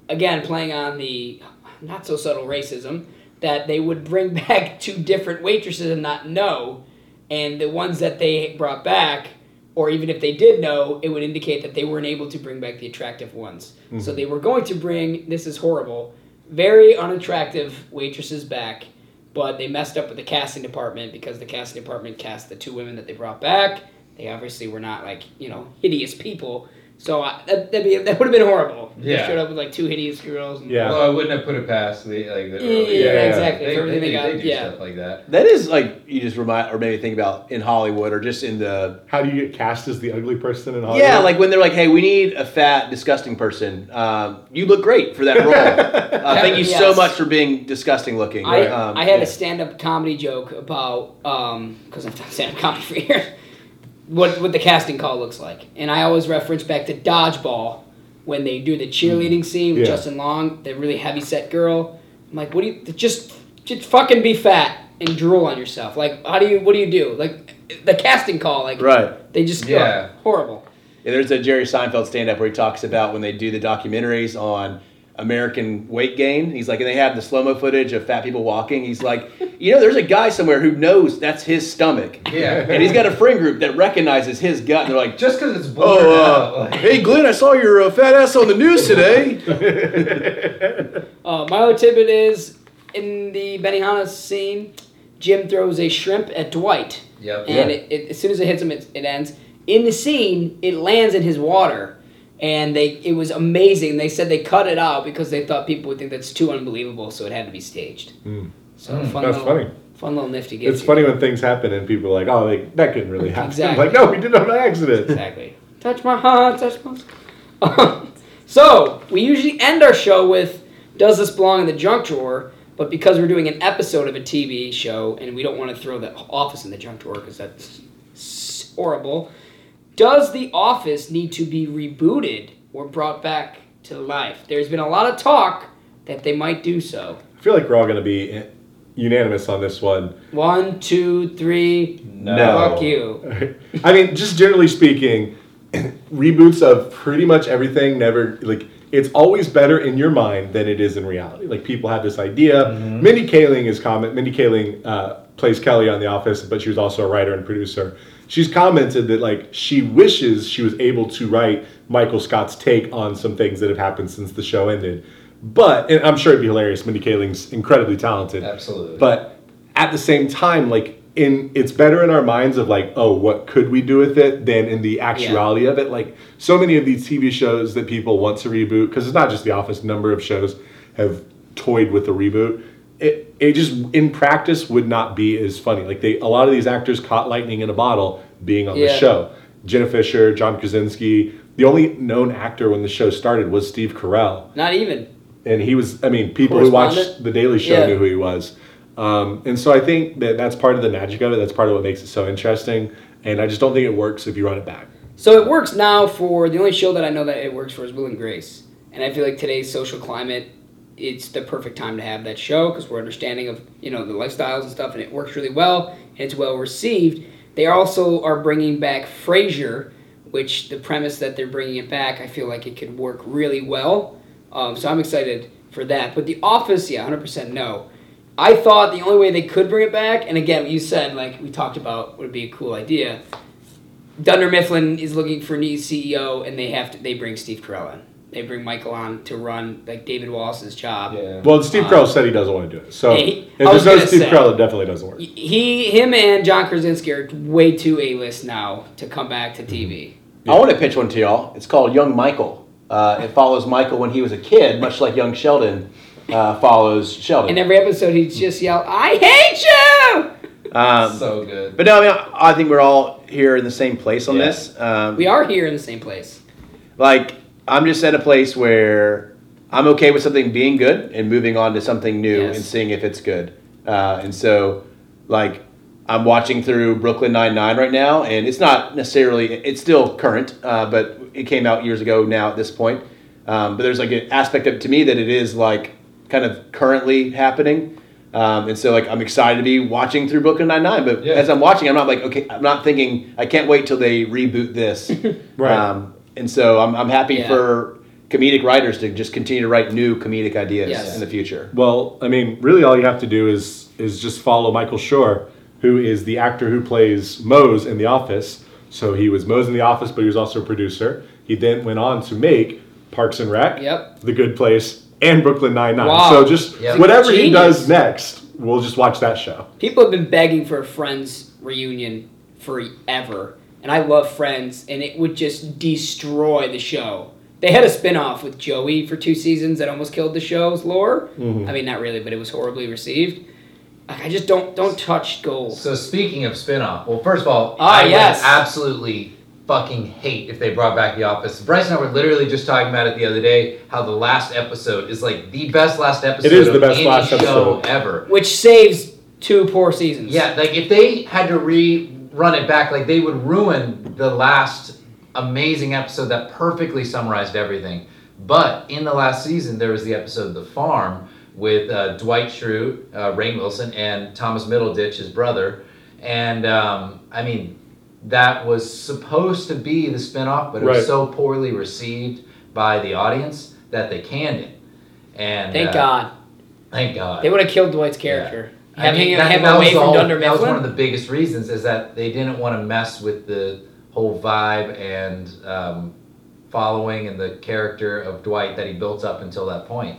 again playing on the not so subtle racism that they would bring back two different waitresses and not know, and the ones that they brought back, or even if they did know, it would indicate that they weren't able to bring back the attractive ones. So they were going to bring this is horrible, very unattractive waitresses back but they messed up with the casting department because the casting department cast the two women that they brought back. They obviously were not like you know hideous people, so I, that that'd be, that would have been horrible. if
Yeah.
they showed up with like two hideous girls. And
Yeah.
Well, I wouldn't have put it past the like the
Yeah,
early-
yeah,
exactly.
They,
For
they,
everything
do-
they got-
they do
yeah.
stuff like that.
That is like you just remind or maybe think about in Hollywood or just in the
How do you get cast as the ugly person in Hollywood?
yeah, like when they're like, "Hey, we need a fat, disgusting person. Um, you look great for that role. uh, thank you so
Yes.
much for being disgusting looking."
I,
Um,
I had
yeah.
a stand-up comedy joke about because I've done stand-up comedy for years. What what the casting call looks like, and I always reference back to dodgeball when they do the cheerleading scene with
Mm. Yeah.
Justin Long, the really heavy set girl. I'm like, what do you just just fucking be fat and drool on yourself? Like, how do you what do you do? Like the casting call, like
right.
They just
Yeah.
horrible.
Yeah, there's a Jerry Seinfeld stand up where he talks about when they do the documentaries on American weight gain. He's like, and they have the slow mo footage of fat people walking. He's like, you know, there's a guy somewhere who knows that's his stomach.
Yeah.
And he's got a friend group that recognizes his gut. And they're like,
Just because it's blurred out,
oh, uh,
like-
hey, Glenn, I saw your uh, fat ass on the news today.
Uh, my other tidbit is in the Benihana scene, Jim throws a shrimp at Dwight.
Yep.
And it, it, as soon as it hits him, it, it ends. In the scene, it lands in his water, and they it was amazing. They said they cut it out because they thought people would think that's too unbelievable, so it had to be staged. So fun
Hmm, that's
little,
funny.
Fun little nifty gift.
It's funny when things happen and people are like, oh, like, that couldn't really happen.
Exactly.
Like, no, we did it on accident.
Exactly. Touch my heart, touch my. so we usually end our show with "Does this belong in the junk drawer?" But because we're doing an episode of a TV show and we don't want to throw the Office in the junk drawer because that's s- horrible, does the Office need to be rebooted or brought back to life? There's been a lot of talk that they might do so.
I feel like we're all going to be unanimous on this one.
One, two, three.
No.
Fuck you.
I mean, just generally speaking, reboots of pretty much everything never like it's always better in your mind than it is in reality. Like people have this idea. Mindy Kaling is comment. Mindy Kaling uh, plays Kelly on The Office, but she was also a writer and producer. She's commented that like she wishes she was able to write Michael Scott's take on some things that have happened since the show ended. But and I'm sure it'd be hilarious. Mindy Kaling's incredibly talented.
Absolutely.
But at the same time, like in it's better in our minds of like, oh, what could we do with it than in the actuality of it. Like so many of these TV shows that people want to reboot, because it's not just The Office, a number of shows have toyed with the reboot. It it just in practice would not be as funny. Like they a lot of these actors caught lightning in a bottle being on
Yeah.
the show. Jenna Fisher, John Krasinski. The only known actor when the show started was Steve Carell
Not even.
and he was i mean people who watched
Correspondent?
the daily show
Yeah.
knew who he was um, and so i think that that's part of the magic of it that's part of what makes it so interesting and i just don't think it works if you run it back
So it works now for the only show that I know that it works for is Will and Grace, and I feel like today's social climate, it's the perfect time to have that show because we're understanding of you know the lifestyles and stuff, and it works really well and it's well received. They also are bringing back Frasier, which the premise that they're bringing it back, I feel like it could work really well. Um, so I'm excited for that. But The Office, yeah, 100% no. I thought the only way they could bring it back, and again, what you said like we talked about would be a cool idea. Dunder Mifflin is looking for a new CEO, and they have to. They bring Steve Carell in. They bring Michael on to run like David Wallace's job.
yeah.
well steve carell said he doesn't want to do it so
Yeah, he-
if
Uh, I was
there's no
gonna
steve
say.
carell it definitely doesn't work
He, him, and John Krasinski are way too A list now to come back to TV.
I want to pitch one to y'all. It's called Young Michael. Uh, it follows Michael when he was a kid, much like Young Sheldon. uh, follows Sheldon.
In every episode, he'd just yell, "I hate you!"
Um,
so good.
but no, I mean, I think we're all here in the same place on
Yeah.
this. Um,
We are here in the same place.
like I'm just at a place where I'm okay with something being good and moving on to something new
Yes.
and seeing if it's good. Uh, and so, like, I'm watching through Brooklyn Nine Nine right now, and it's not necessarily it's still current, uh, but it came out years ago now at this point. Um, but there's like an aspect of to me that it is like kind of currently happening. Um, and so like I'm excited to be watching through Brooklyn Nine Nine, but
Yeah.
as I'm watching, I'm not like okay, I'm not thinking I can't wait till they reboot this.
Right.
Um, and so I'm, I'm happy
Yeah.
for comedic writers to just continue to write new comedic ideas
Yes.
in the future.
Well, I mean, really, all you have to do is is just follow Michael Shore, who is the actor who plays Mose in The Office. So he was Mose in The Office, but he was also a producer. He then went on to make Parks and Rec,
Yep.
The Good Place, and Brooklyn Nine Nine.
Wow.
So just
Yep.
whatever he
Genius.
does next, we'll just watch that show.
People have been begging for a Friends reunion forever, and I love Friends, and it would just destroy the show. They had a spin-off with Joey for two seasons that almost killed the show's lore.
Mm-hmm.
I mean, not really, but it was horribly received. I I just don't don't touch gold.
So speaking of spin-off, well, first of all,
Ah,
I
yes.
would absolutely fucking hate if they brought back The Office. Bryce and I were literally just talking about it the other day, how the last episode is like the best last episode
is
of
the best
any
last
show
episode.
ever.
Which saves two poor seasons.
Yeah, like if they had to rerun it back, like they would ruin the last amazing episode that perfectly summarized everything. But in the last season, there was the episode The Farm with uh, Dwight Schrute, uh, Rainn Wilson, and Thomas Middleditch, his brother. And um, I mean, that was supposed to be the spinoff, but it
Right.
was so poorly received by the audience that they canned it. And
Thank
uh,
God.
thank God.
They would have killed Dwight's character.
I
Having
mean,
him
that,
have
that
away
was
from
all-
Dunder
That was one
Mifflin.
of the biggest reasons is that they didn't want to mess with the whole vibe and um, following and the character of Dwight that he built up until that point.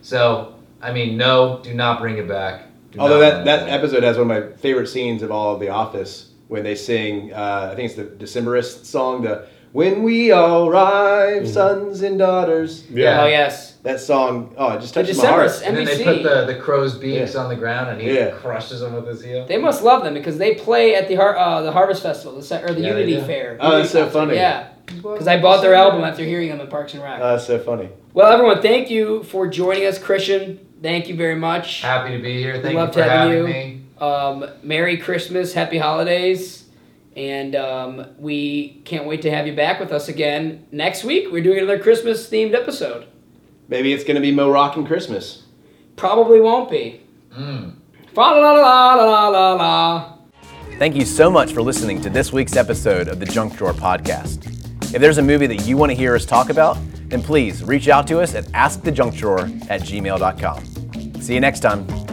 So, I mean, no, do not bring it back. Do
Although
not
that,
bring it
that
back.
episode has one of my favorite scenes of all of The Office when they sing, uh, I think it's the Decemberist song, the When We All Arrive, Sons and Daughters.
Yeah.
Oh yes,
That song, oh, it just
the
touches my heart.
Decemberists,
and then
NBC.
they put the, the crow's beaks
Yeah.
on the ground and he
Yeah.
crushes them with his heel.
they must love them because they play at the Har- uh, the Harvest Festival the, se- or the
Yeah, they
Unity
do.
Fair.
Oh, that's so
Unity concert,
funny.
Yeah, because I bought their album after hearing them at Parks and Rec.
Uh, so funny.
well, everyone, thank you for joining us, Christian. Thank you very much.
Happy to be here. Thank
Loved
you for
having
having
you.
me.
Um, Merry Christmas, Happy Holidays, and um, we can't wait to have you back with us again next week. We're doing another Christmas themed episode.
Maybe it's going to be Mo Rockin' Christmas.
Probably won't be. Fa la la la la la la.
Thank you so much for listening to this week's episode of the Junk Drawer Podcast. If there's a movie that you want to hear us talk about, then please reach out to us at askthejunkdrawer at gmail.com. See you next time.